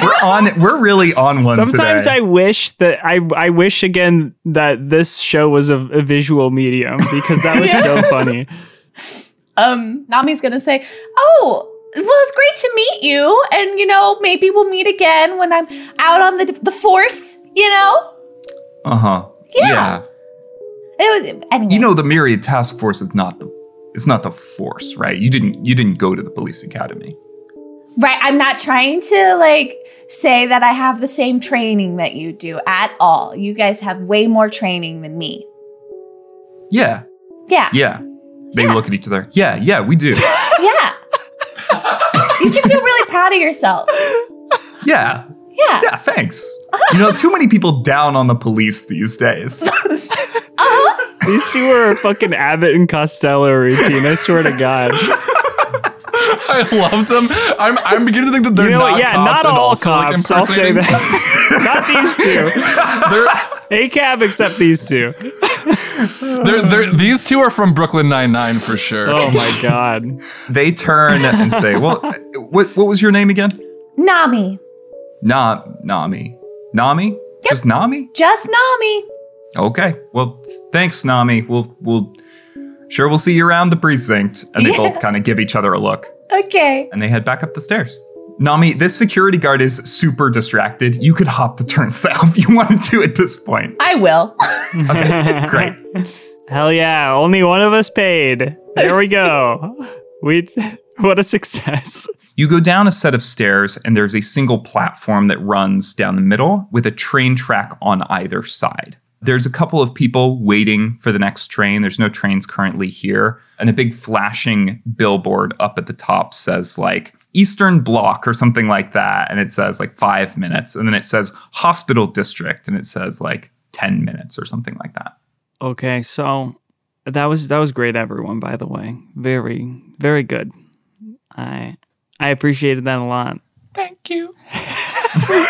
Speaker 1: We're on. We're really on one
Speaker 2: Sometimes
Speaker 1: today.
Speaker 2: I wish that I I wish again that this show was a, a visual medium because that was so funny.
Speaker 3: um, Nami's gonna say, "Oh, well, it's great to meet you, and you know, maybe we'll meet again when I'm out on the the force. You know,
Speaker 1: Uh huh.
Speaker 3: Yeah.
Speaker 1: yeah.
Speaker 3: it was anyway.
Speaker 1: You know, the Myriad Task Force is not the. It's not the force, right? You didn't. You didn't go to the police academy.
Speaker 3: right? I'm not trying to like say that I have the same training that you do at all. You guys have way more training than me.
Speaker 1: Yeah.
Speaker 3: Yeah,
Speaker 1: Yeah. They look at each other. Yeah. Yeah. We do.
Speaker 3: yeah. you should feel really proud of yourselves.
Speaker 1: yeah.
Speaker 3: Yeah.
Speaker 1: Yeah. Thanks. You know, too many people down on the police these days.
Speaker 2: These two are fucking Abbott and Costello routine. I swear to God.
Speaker 4: I love them. I'm, I'm beginning to think that they're
Speaker 2: You know,
Speaker 4: not
Speaker 2: what? yeah,
Speaker 4: cops
Speaker 2: not
Speaker 4: and
Speaker 2: all
Speaker 4: also, like,
Speaker 2: cops. I'll say
Speaker 4: impersonating-
Speaker 2: that. not these two. ACAB except these two.
Speaker 4: They're, they're, these two are from Brooklyn Nine Nine for sure.
Speaker 2: Oh my god.
Speaker 1: They turn and say, "Well, what what was your name again?"
Speaker 3: Nami,
Speaker 1: Na Nami. Nami? Just Nami?
Speaker 3: just Nami.
Speaker 1: Okay. Well, thanks, Nami. We'll we'll sure we'll see you around the precinct. And they
Speaker 3: Yeah.
Speaker 1: both kind of give each other a look.
Speaker 3: Okay.
Speaker 1: And they head back up the stairs. Nami, this security guard is super distracted. You could hop the turnstile if you wanted to at this point.
Speaker 3: I will.
Speaker 1: Okay, great.
Speaker 2: Hell yeah. Only one of us paid. There we go. We what a success.
Speaker 1: You go down a set of stairs, and there's a single platform that runs down the middle with a train track on either side. There's a couple of people waiting for the next train. There's no trains currently here. And a big flashing billboard up at the top says, like, Eastern Block or something like that. And it says, like, five minutes. And then it says, Hospital District. And it says, like, 10 minutes or something like that.
Speaker 2: Okay, so that was that was great, everyone. By the way, very very good. I I appreciated that a lot.
Speaker 4: Thank you. um,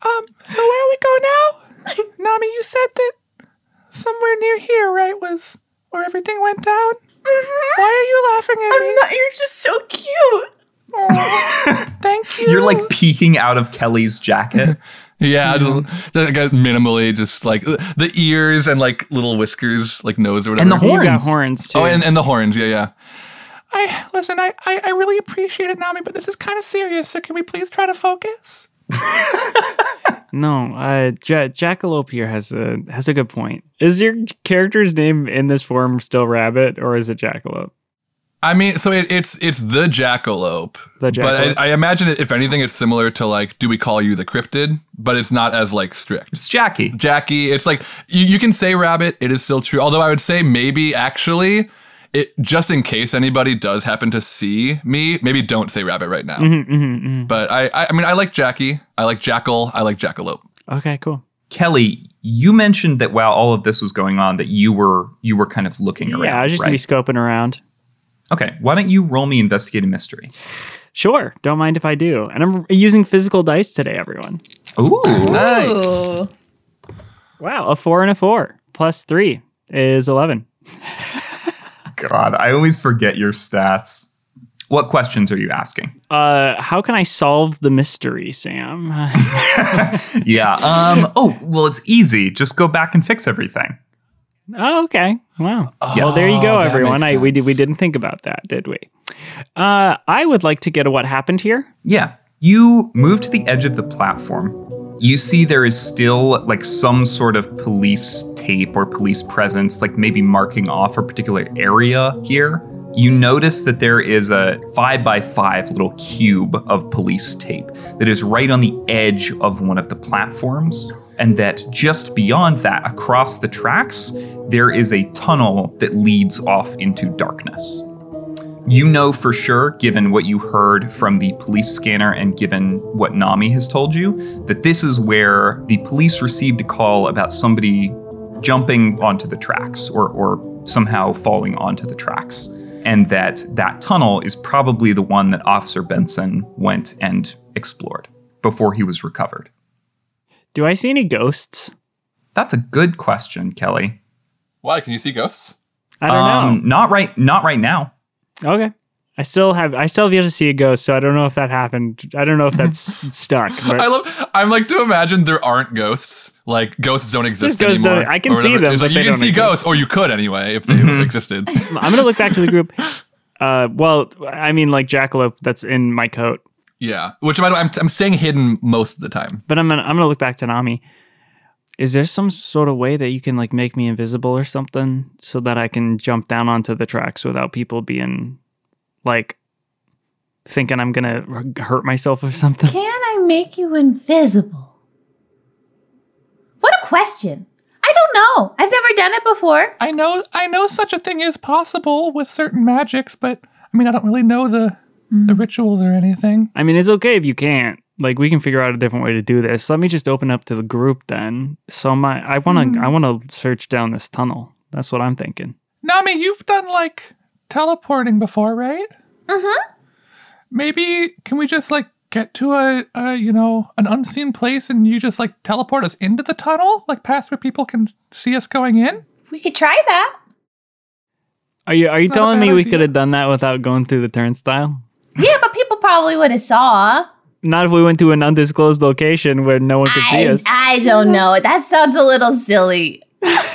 Speaker 4: Um, so where we go now? Nami, you said that somewhere near here, right, was where everything went down? Mm-hmm. Why are you laughing at me?
Speaker 3: You're just so cute.
Speaker 4: Thank
Speaker 1: You're like peeking out of Kelly's jacket.
Speaker 4: Yeah, just- like, uh, minimally, just like uh, the ears and like little whiskers, like nose or whatever.
Speaker 1: And the
Speaker 2: You got
Speaker 1: Horns.
Speaker 2: horns too.
Speaker 4: Oh, and, and the horns. Yeah, yeah. I listen. I, I I really appreciate it, Nami, but this is kind of serious. So can we please try to focus?
Speaker 2: no, uh, ja- Jackalope here has a has a good point. Is your character's name in this form still Rabbit or is it Jackalope?
Speaker 4: I mean, so it, it's it's the jackalope.
Speaker 2: The jackalope.
Speaker 4: But I, I imagine it, if anything, it's similar to like, do we call you the cryptid? But it's not as like strict.
Speaker 1: It's Jackie.
Speaker 4: Jackie, it's like you, you can say rabbit. It is still true. Although I would say maybe actually. It, just in case anybody does happen to see me, maybe don't say rabbit right now.
Speaker 2: Mhm, mhm, mhm.
Speaker 4: But I, I, I mean, I like Jackie. I like Jackal. I like Jackalope.
Speaker 2: Okay, cool.
Speaker 1: Kelly, you mentioned that while all of this was going on, that you were you were kind of looking around.
Speaker 2: yeah, I was just
Speaker 1: right?
Speaker 2: gonna be scoping around.
Speaker 1: okay. Why don't you roll me investigate a mystery?
Speaker 2: Sure, don't mind if I do. And I'm using physical dice today, everyone.
Speaker 1: Ooh,
Speaker 4: Nice.
Speaker 3: Ooh.
Speaker 2: Wow, a four and a four plus three is eleven.
Speaker 1: God, I always forget your stats. What questions are you asking?
Speaker 2: Uh, how can I solve the mystery, Sam?
Speaker 1: Yeah. Um. oh, well, it's easy. Just go back and fix everything.
Speaker 2: oh, okay. Wow. well, there you go,
Speaker 4: Oh, that
Speaker 2: everyone.
Speaker 4: makes
Speaker 2: I we did, we
Speaker 4: sense.
Speaker 2: didn't think about that, did we? Uh, I would like to get a what happened here.
Speaker 1: Yeah. You move to the edge of the platform. You see there is still like some sort of police tape or police presence, like maybe marking off a particular area here. You notice that there is a five by five little cube of police tape that is right on the edge of one of the platforms. And that just beyond that, across the tracks, there is a tunnel that leads off into darkness. You know for sure, given what you heard from the police scanner and given what Nami has told you, that this is where the police received a call about somebody jumping onto the tracks or, or somehow falling onto the tracks. And that that tunnel is probably the one that Officer Benson went and explored before he was recovered.
Speaker 2: Do I see any ghosts?
Speaker 1: That's a good question, Kelly. Um,
Speaker 4: Why? Can you see ghosts?
Speaker 2: I don't
Speaker 4: Um,
Speaker 1: Not right, not right now.
Speaker 2: know. Okay. I still have I still have yet to see a ghost, so I don't know if that happened. I don't know if that's s- stuck. But
Speaker 4: I love. I'm like to imagine there aren't ghosts. Like ghosts don't exist
Speaker 2: ghosts
Speaker 4: anymore.
Speaker 2: don't- I can
Speaker 4: or
Speaker 2: see
Speaker 4: whatever.
Speaker 2: them,
Speaker 4: It's like
Speaker 2: but
Speaker 4: you
Speaker 2: they
Speaker 4: can
Speaker 2: don't
Speaker 4: see
Speaker 2: exist. Mm-hmm.
Speaker 4: ghosts, or you could anyway if they existed.
Speaker 2: I'm gonna look back to the group. Uh, well, I mean like jackalope that's in my coat,
Speaker 4: yeah, which by the way, I'm I'm staying hidden most of the time.
Speaker 2: but I'm gonna I'm gonna look back to Nami. Is there some sort of way that you can like make me invisible or something so that I can jump down onto the tracks without people being like thinking I'm gonna r- hurt myself or something?
Speaker 5: Can I make you invisible? What a question. I don't know. I've never done it before.
Speaker 4: I know I know such a thing is possible with certain magics, but I mean I don't really know the the rituals or anything.
Speaker 2: I mean, it's okay if you can't. Like, we can figure out a different way to do this. Let me just open up to the group then. So my, I want
Speaker 4: Hmm.
Speaker 2: to, I want to search down this tunnel. That's what I'm thinking.
Speaker 4: Nami, you've done like teleporting before, right?
Speaker 5: Mm-hmm.
Speaker 4: Maybe can we just like get to a, a you know an unseen place and you just like teleport us into the tunnel, like past where people can see us going in?
Speaker 5: We could try that.
Speaker 2: Are you, are you
Speaker 4: Not a
Speaker 2: telling me
Speaker 4: bad
Speaker 2: we
Speaker 4: idea.
Speaker 2: could have done that without going through the turnstile?
Speaker 5: Yeah, but people probably would have saw.
Speaker 2: Not if we went to an undisclosed location where no one could see
Speaker 5: I,
Speaker 2: us.
Speaker 5: I don't know. That sounds a little silly.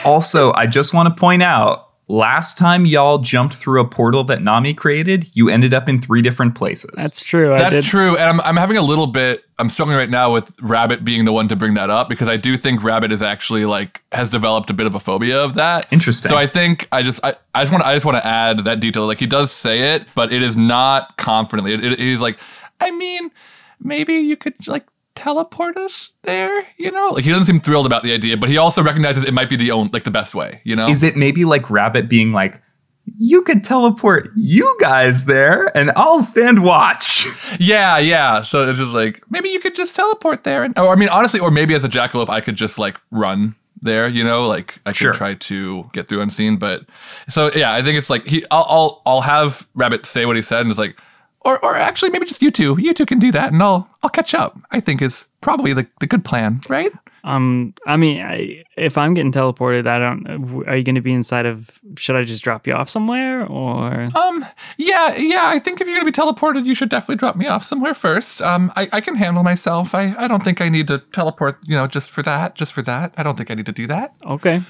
Speaker 1: Also, I just want to point out last time y'all jumped through a portal that Nami created, you ended up in three different places.
Speaker 2: That's true. I
Speaker 4: That's
Speaker 2: did.
Speaker 4: true, and I'm, I'm having a little bit. I'm struggling right now with Rabbit being the one to bring that up because I do think Rabbit is actually like has developed a bit of a phobia of that.
Speaker 1: Interesting.
Speaker 4: So I think I just I, I just want I just want to add that detail. Like he does say it, but it is not confidently. It, it, he's like, I mean, maybe you could like teleport us there. You know, like he doesn't seem thrilled about the idea, but he also recognizes it might be the own like the best way. You know,
Speaker 1: Is it maybe like Rabbit being like, you could teleport you guys there and I'll stand watch?
Speaker 4: Yeah, yeah. So it's just like maybe you could just teleport there, and or I mean, honestly, or maybe as a jackalope, I could just like run there. You know, like I could
Speaker 1: Sure.
Speaker 4: try to get through unseen. But so yeah, I think it's like he. I'll I'll, I'll have Rabbit say what he said, and it's like, or or actually, maybe just you two. You two can do that, and I'll I'll catch up. I think is probably the the good plan, right?
Speaker 2: Um, I mean, I, if I'm getting teleported, I don't, are you going to be inside of, should I just drop you off somewhere or?
Speaker 4: Um, yeah, yeah. I think if you're gonna be teleported, you should definitely drop me off somewhere first. Um, I, I can handle myself. I, I don't think I need to teleport. You know, just for that, just for that. I don't think I need to do that.
Speaker 2: Okay.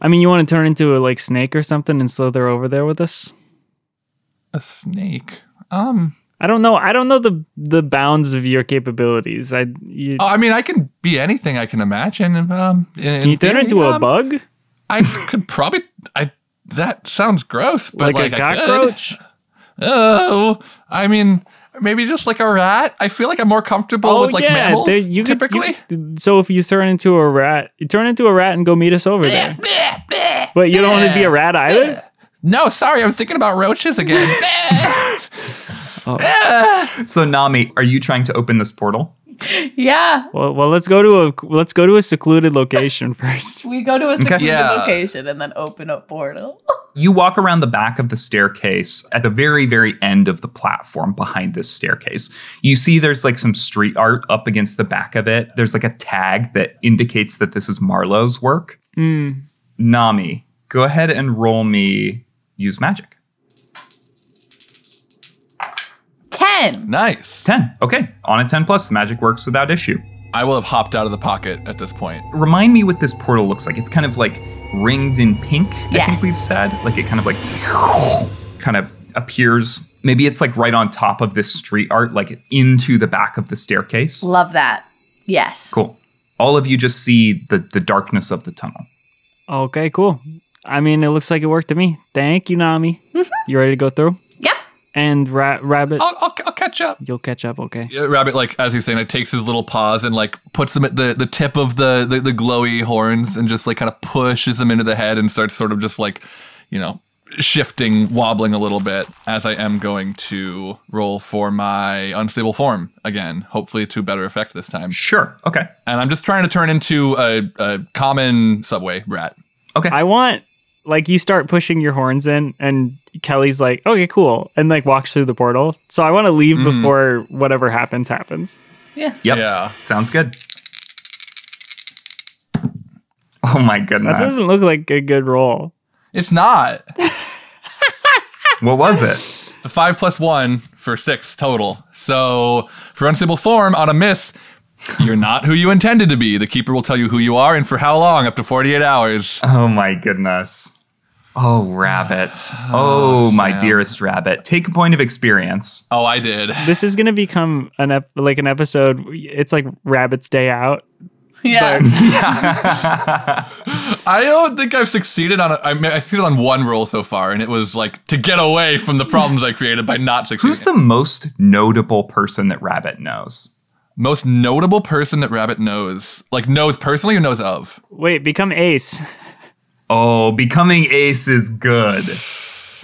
Speaker 2: I mean, you want to turn into a like snake or something and so they're over there with us?
Speaker 4: A snake. Um.
Speaker 2: I don't know. I don't know the the bounds of your capabilities. I you,
Speaker 4: oh, I mean, I can be anything I can imagine. Um. In,
Speaker 2: can you
Speaker 4: in
Speaker 2: turn
Speaker 4: theory,
Speaker 2: into a
Speaker 4: um,
Speaker 2: bug,
Speaker 4: I could probably. I. That sounds gross, but
Speaker 2: like,
Speaker 4: like,
Speaker 2: a
Speaker 4: I could.
Speaker 2: cockroach?
Speaker 4: Oh, I mean, maybe just like a rat. I feel like I'm more comfortable with like mammals
Speaker 2: Oh, there- you could-
Speaker 4: typically.
Speaker 2: you- so if you turn into a rat, you turn into a rat and go meet us over there. But you don't want to be a rat either.
Speaker 4: no, sorry, I was thinking about roaches again.
Speaker 1: So, Nami, are you trying to open this portal?
Speaker 3: Yeah,
Speaker 2: Well, well, let's go to a let's go to a secluded location first.
Speaker 3: we go to a secluded
Speaker 4: Yeah.
Speaker 3: location and then open up portal.
Speaker 1: You walk around the back of the staircase at the very, very end of the platform behind this staircase. You see there's like some street art up against the back of it. There's like a tag that indicates that this is Marlowe's work. Nami, go ahead and roll me use magic.
Speaker 3: 10.
Speaker 4: nice.
Speaker 1: 10. Okay. On a 10 plus, the magic works without issue.
Speaker 4: I will have hopped out of the pocket at this point.
Speaker 1: Remind me what this portal looks like. It's kind of like ringed in pink, I think
Speaker 3: Yes.
Speaker 1: we've said. Like it kind of like kind of appears. Maybe it's like right on top of this street art, like into the back of the staircase.
Speaker 3: Love that. Yes.
Speaker 1: Cool. All of you just see the, the darkness of the tunnel.
Speaker 2: Okay, cool. I mean, it looks like it worked to me. Thank you, Nami. You ready to go through?
Speaker 3: Yep.
Speaker 2: And ra- rabbit,
Speaker 4: I'll, I'll, I'll catch up.
Speaker 2: you'll catch up. Okay.
Speaker 4: Yeah, Rabbit, like as he's saying, like takes his little paws and like puts them at the, the tip of the, the the glowy horns and just like kind of pushes them into the head and starts sort of just like, you know, shifting, wobbling a little bit as I am going to roll for my unstable form again, hopefully to better effect this time.
Speaker 1: Sure. Okay.
Speaker 4: And I'm just trying to turn into a, a common subway rat.
Speaker 2: I want like you start pushing your horns in and Kelly's like, "Okay, cool." And like walks through the portal. So I want to leave before whatever happens happens.
Speaker 1: Yep.
Speaker 4: Yeah.
Speaker 1: Sounds good. Oh my
Speaker 2: That
Speaker 1: goodness.
Speaker 2: doesn't look like a good roll.
Speaker 4: It's not.
Speaker 1: what was it?
Speaker 4: The five plus one for six total. So for unstable form on a miss, you're not who you intended to be. The keeper will tell you who you are and for how long, up to 48 hours.
Speaker 1: Oh my goodness. Oh, rabbit. Oh, my
Speaker 4: Sam.
Speaker 1: dearest rabbit. Take a point of experience.
Speaker 4: Oh, I did.
Speaker 2: This is gonna become an ep- like an episode. It's like Rabbit's Day Out.
Speaker 3: Yeah.
Speaker 4: I don't think I've succeeded on. A, I, mean, I succeeded on one roll so far, and it was like to get away from the problems I created by not succeeding.
Speaker 1: Who's the most notable person that rabbit knows?
Speaker 4: most notable person that Rabbit knows? Like knows personally or knows of?
Speaker 2: Wait, become Ace.
Speaker 1: Oh, becoming ace is good.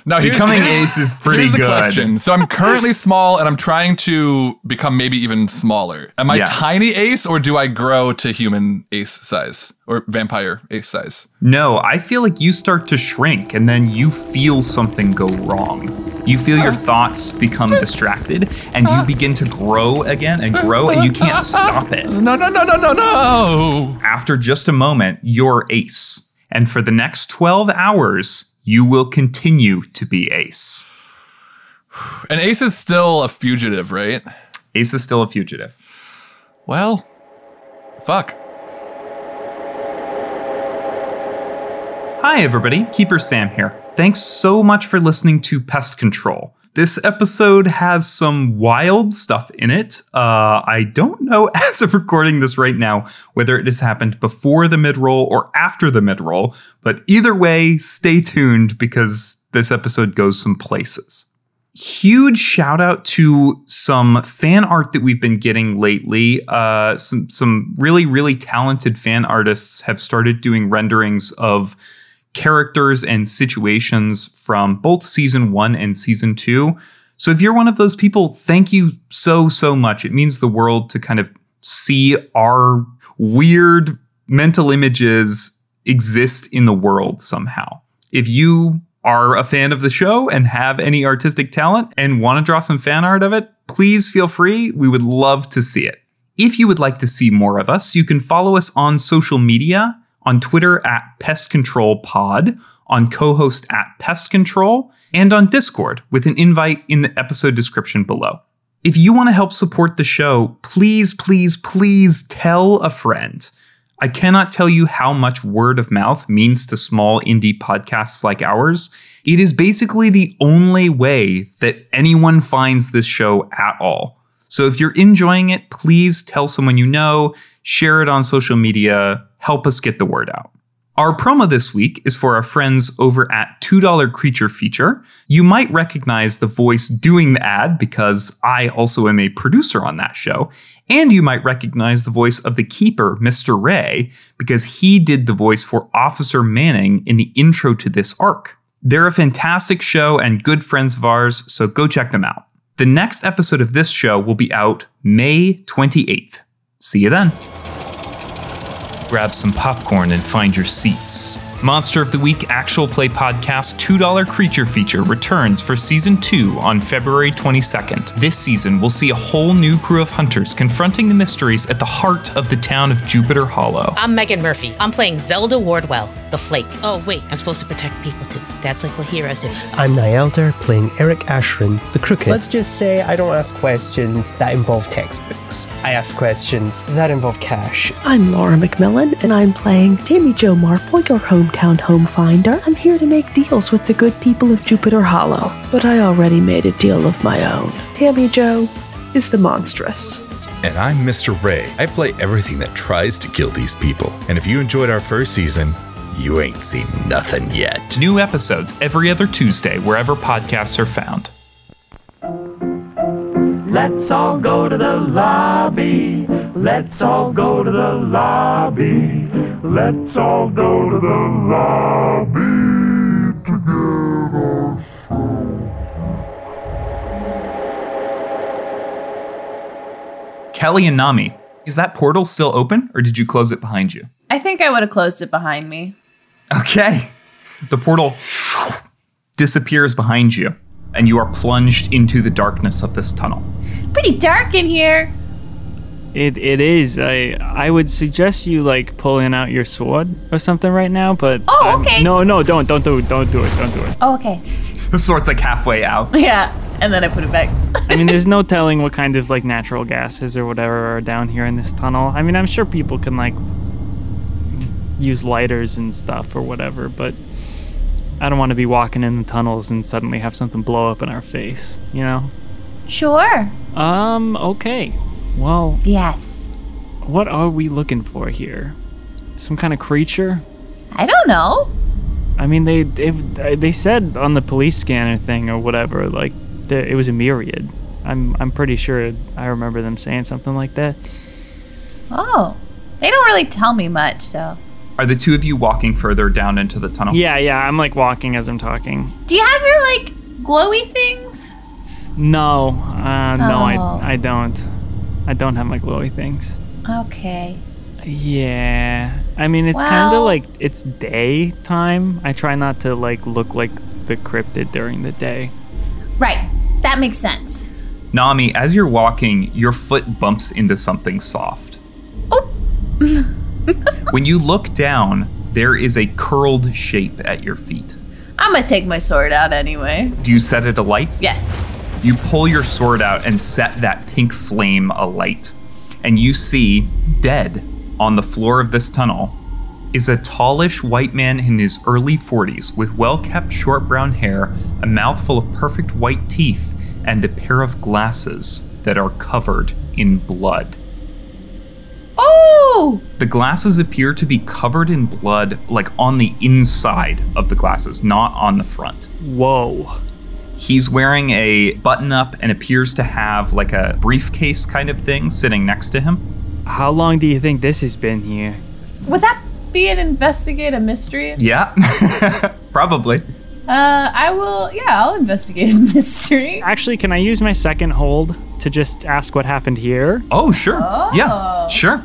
Speaker 4: Now here's-
Speaker 1: Becoming
Speaker 4: here's-
Speaker 1: ace is pretty
Speaker 4: here's the
Speaker 1: good.
Speaker 4: question. So I'm currently small, and I'm trying to become maybe even smaller. Am I
Speaker 1: Yeah.
Speaker 4: tiny ace, or do I grow to human ace size or vampire ace size?
Speaker 1: No, I feel like you start to shrink and then you feel something go wrong. You feel your thoughts become distracted and you begin to grow again and grow and you can't stop it.
Speaker 4: No, no, no, no, no, no.
Speaker 1: after just a moment, you're ace. And for the next 12 hours, you will continue to be ace.
Speaker 4: And ace is still a fugitive, right?
Speaker 1: Ace is still a fugitive.
Speaker 4: Well, fuck.
Speaker 1: Hi, everybody. Keeper Sam here. Thanks so much for listening to Pest Control. This episode has some wild stuff in it. Uh, I don't know, as of recording this right now, whether it has happened before the mid roll or after the mid roll, but either way, stay tuned because this episode goes some places. huge shout out to some fan art that we've been getting lately. Uh, some some really really talented fan artists have started doing renderings of characters and situations from both season one and season two. So if you're one of those people, thank you so so much. It means the world to kind of see our weird mental images exist in the world somehow. If you are a fan of the show and have any artistic talent and want to draw some fan art of it, please feel free. We would love to see it. If you would like to see more of us, you can follow us on social media on Twitter at Pest Control Pod, on co host at Pest Control, and on Discord with an invite in the episode description below. If you want to help support the show, please, please, please tell a friend. I cannot tell you how much word of mouth means to small indie podcasts like ours. It is basically the only way that anyone finds this show at all. So if you're enjoying it, please tell someone you know, share it on social media, help us get the word out. Our promo this week is for our friends over at $2 Creature Feature. You might recognize the voice doing the ad because I also am a producer on that show. And you might recognize the voice of the keeper, Mr. Ray, because he did the voice for Officer Manning in the intro to this arc. They're a fantastic show and good friends of ours, so go check them out. The next episode of this show will be out May 28th. See you then grab some popcorn and find your seats. Monster of the Week Actual Play Podcast $2 Creature Feature returns for Season 2 on February 22nd. This season, we'll see a whole new crew of hunters confronting the mysteries at the heart of the town of Jupiter Hollow.
Speaker 6: I'm Megan Murphy. I'm playing Zelda Wardwell, the Flake. Oh, wait, I'm supposed to protect people too. That's like what heroes do.
Speaker 7: I'm Nielder, playing Eric Ashran, the Crooked. Let's just say I don't ask questions that involve textbooks. I ask questions that involve cash.
Speaker 8: I'm Laura McMillan, and I'm playing Tammy Jo Marple, your hometown home finder. I'm here to make deals with the good people of Jupiter Hollow, but I already made a deal of my own. Tammy Jo is the monstrous.
Speaker 9: And I'm Mr. Ray. I play everything that tries to kill these people. And if you enjoyed our first season, you ain't seen nothing yet.
Speaker 1: New episodes every other Tuesday, wherever podcasts are found.
Speaker 10: Let's all go to the lobby. Let's all go to the lobby. Let's all go to the lobby to get our
Speaker 1: Kelly and Nami, is that portal still open or did you close it behind you?
Speaker 3: I think I would have closed it behind me.
Speaker 1: Okay. The portal disappears behind you, and you are plunged into the darkness of this tunnel.
Speaker 5: Pretty dark in here.
Speaker 2: It it is. I I would suggest you like pulling out your sword or something right now, but um,
Speaker 5: Oh, okay.
Speaker 2: no, no, don't don't do it. Don't do it. Don't do it.
Speaker 5: Oh, okay.
Speaker 1: the sword's like halfway out.
Speaker 3: Yeah, and then I put it back.
Speaker 2: I mean, there's no telling what kind of like natural gases or whatever are down here in this tunnel. I mean, I'm sure people can like use lighters and stuff or whatever, but I don't want to be walking in the tunnels and suddenly have something blow up in our face, you know?
Speaker 5: Sure.
Speaker 2: Um, okay. Well,
Speaker 5: Yes.
Speaker 2: what are we looking for here? Some kind of creature?
Speaker 5: I don't know.
Speaker 2: I mean, they uh, they, they said on the police scanner thing or whatever, like there, it was a myriad. I'm I'm pretty sure I remember them saying something like that.
Speaker 5: Oh, they don't really tell me much, so.
Speaker 1: Are the two of you walking further down into the tunnel?
Speaker 2: Yeah, yeah. I'm like walking as I'm talking.
Speaker 5: Do you have your, like, glowy things?
Speaker 2: No, uh, no,
Speaker 5: Oh.
Speaker 2: I I don't. I don't have my glowy things.
Speaker 5: Okay.
Speaker 2: Yeah. I mean, it's kind
Speaker 5: Well-
Speaker 2: of like it's daytime. I try not to like look like the cryptid during the day.
Speaker 5: Right. That makes sense.
Speaker 1: Nami, as you're walking, your foot bumps into something soft. when you look down, there is a curled shape at your feet.
Speaker 3: I'm gonna take my sword out anyway.
Speaker 1: Do you set it alight?
Speaker 3: Yes.
Speaker 1: You pull your sword out and set that pink flame alight. And you see, dead on the floor of this tunnel, is a tallish white man in his early 40s with well kept short brown hair, a mouthful of perfect white teeth, and a pair of glasses that are covered in blood.
Speaker 5: Oh!
Speaker 1: The glasses appear to be covered in blood, like on the inside of the glasses, not on the front.
Speaker 2: Whoa.
Speaker 1: He's wearing a button up and appears to have like a briefcase kind of thing sitting next to him.
Speaker 2: How long do you think this has been here?
Speaker 3: Would that be an investigate a mystery?
Speaker 1: Yeah, probably.
Speaker 3: Uh, I will. Yeah, I'll investigate a mystery.
Speaker 2: Actually, can I use my second hold to just ask what happened here?
Speaker 1: Oh, sure. Yeah, sure.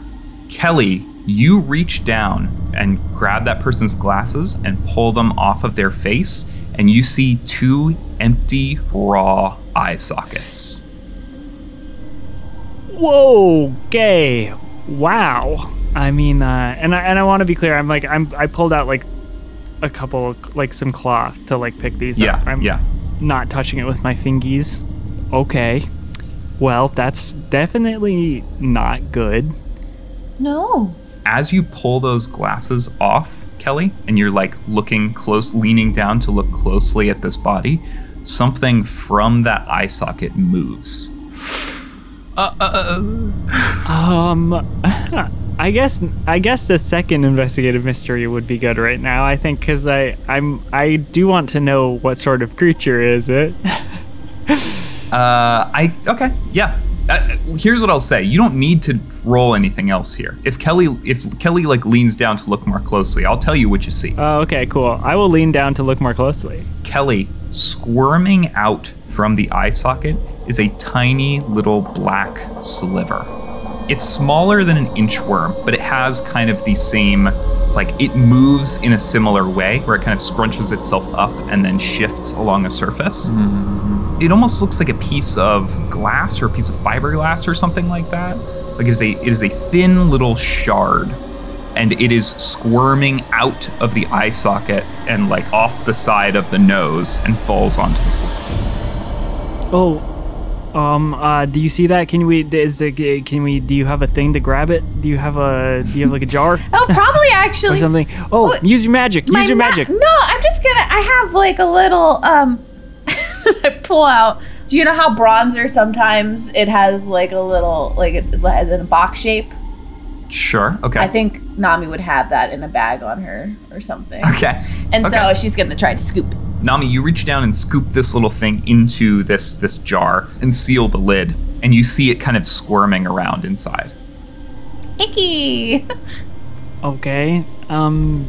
Speaker 1: Kelly, you reach down and grab that person's glasses and pull them off of their face, and you see two empty, raw eye sockets.
Speaker 2: Whoa, gay. Wow. I mean, uh, and I, and I want to be clear. I'm like, I'm I pulled out like a couple, like some cloth to like pick these
Speaker 1: Yeah,
Speaker 2: up. I'm
Speaker 1: yeah.
Speaker 2: not touching it with my fingies. Okay. Well, that's definitely not good.
Speaker 5: No.
Speaker 1: as you pull those glasses off, Kelly, and you're like looking close, leaning down to look closely at this body, something from that eye socket moves.
Speaker 4: Uh,
Speaker 2: Um, I guess I guess the second investigative mystery would be good right now. I think because I I'm I do want to know what sort of creature is it.
Speaker 1: Uh, I okay, yeah. Uh, here's what I'll say: you don't need to roll anything else here. If Kelly, if Kelly like leans down to look more closely, I'll tell you what you see.
Speaker 2: Oh, okay, cool. I will lean down to look more closely.
Speaker 1: Kelly squirming out from the eye socket is a tiny little black sliver. It's smaller than an inchworm, but it has kind of the same, like, it moves in a similar way where it kind of scrunches itself up and then shifts along a surface. It almost looks like a piece of glass or a piece of fiberglass or something like that. Like, it is a, it is a thin little shard and it is squirming out of the eye socket and like off the side of the nose and falls onto the floor.
Speaker 2: Oh, um, uh, do you see that? Can we? Is it, can we? Do you have a thing to grab it? Do you have a? Do you have like a jar
Speaker 5: Oh, probably
Speaker 2: or
Speaker 5: actually.
Speaker 2: something? Oh,
Speaker 5: What?
Speaker 2: use your magic.
Speaker 5: my
Speaker 2: Use your
Speaker 5: ma-
Speaker 2: magic.
Speaker 5: No, I'm just gonna. I have, like, a little, um.
Speaker 3: I pull out. Do you know how bronzer sometimes it has like a little like it has a box shape?
Speaker 1: Sure. Okay.
Speaker 3: I think Nami would have that in a bag on her or something.
Speaker 1: Okay.
Speaker 3: And so
Speaker 1: Okay.
Speaker 3: she's gonna try to scoop. it.
Speaker 1: Nami, you reach down and scoop this little thing into this this jar and seal the lid, and you see it kind of squirming around inside.
Speaker 5: Icky.
Speaker 2: Okay. Um,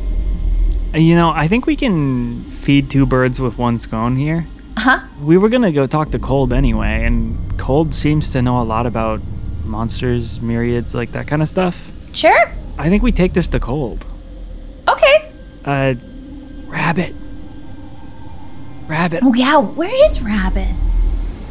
Speaker 2: you know, I think we can feed two birds with one scone here.
Speaker 5: Huh?
Speaker 2: We were gonna go talk to Cold anyway, and Cold seems to know a lot about monsters, myriads, like that kind of stuff.
Speaker 5: Sure.
Speaker 2: I think we take this to Cold.
Speaker 5: Okay.
Speaker 2: Uh, rabbit. Rabbit.
Speaker 5: Oh, yeah. Where is Rabbit?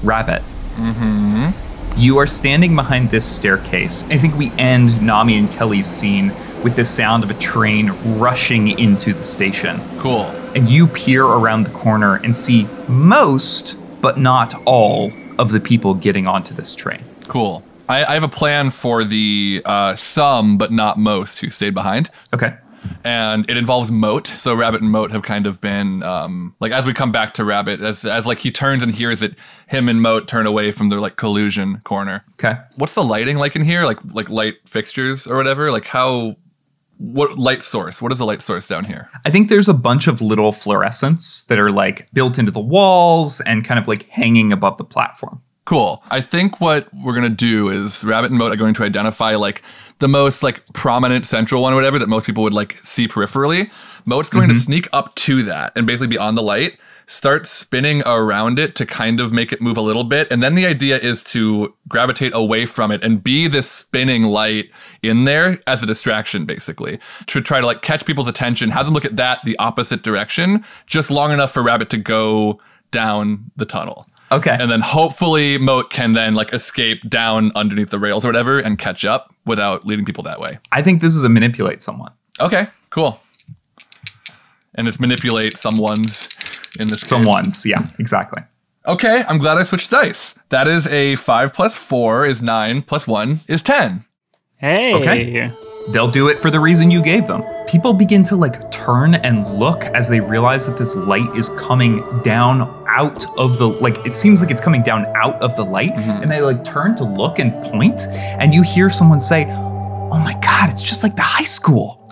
Speaker 1: Rabbit. Mm-hmm. You are standing behind this staircase. I think we end Nami and Kelly's scene with the sound of a train rushing into the station.
Speaker 4: Cool.
Speaker 1: And you peer around the corner and see most, but not all, of the people getting onto this train.
Speaker 4: Cool. I, I have a plan for the uh, some, but not most, who stayed behind.
Speaker 1: Okay.
Speaker 4: And it involves Moat. So Rabbit and Moat have kind of been um, like as we come back to Rabbit, as as like he turns and hears it, him and Moat turn away from their like collusion corner.
Speaker 1: Okay.
Speaker 4: What's the lighting like in here? Like like light fixtures or whatever. Like how? What light source? What is the light source down here?
Speaker 1: I think there's a bunch of little fluorescents that are like built into the walls and kind of like hanging above the platform.
Speaker 4: Cool. I think what we're gonna do is Rabbit and Moat are going to identify like the most like prominent central one or whatever that most people would like see peripherally. Moat's going to sneak up to that and basically be on the light, start spinning around it to kind of make it move a little bit, and then the idea is to gravitate away from it and be this spinning light in there as a distraction, basically, to try to like catch people's attention, have them look at that the opposite direction, just long enough for Rabbit to go down the tunnel.
Speaker 1: Okay.
Speaker 4: And then hopefully Moat can then like escape down underneath the rails or whatever and catch up without leading people that way.
Speaker 1: I think this is a manipulate someone.
Speaker 4: Okay, cool. And it's manipulate someone's in this. case.
Speaker 1: Someone's, yeah, exactly.
Speaker 4: Okay, I'm glad I switched dice. That is a five plus four is nine plus one is ten.
Speaker 2: Hey.
Speaker 1: Okay. They'll do it for the reason you gave them. People begin to like turn and look as they realize that this light is coming down out of the like it seems like it's coming down out of the light
Speaker 4: Mm-hmm.
Speaker 1: and they like turn to look and point and you hear someone say, "Oh my god, it's just like the high school.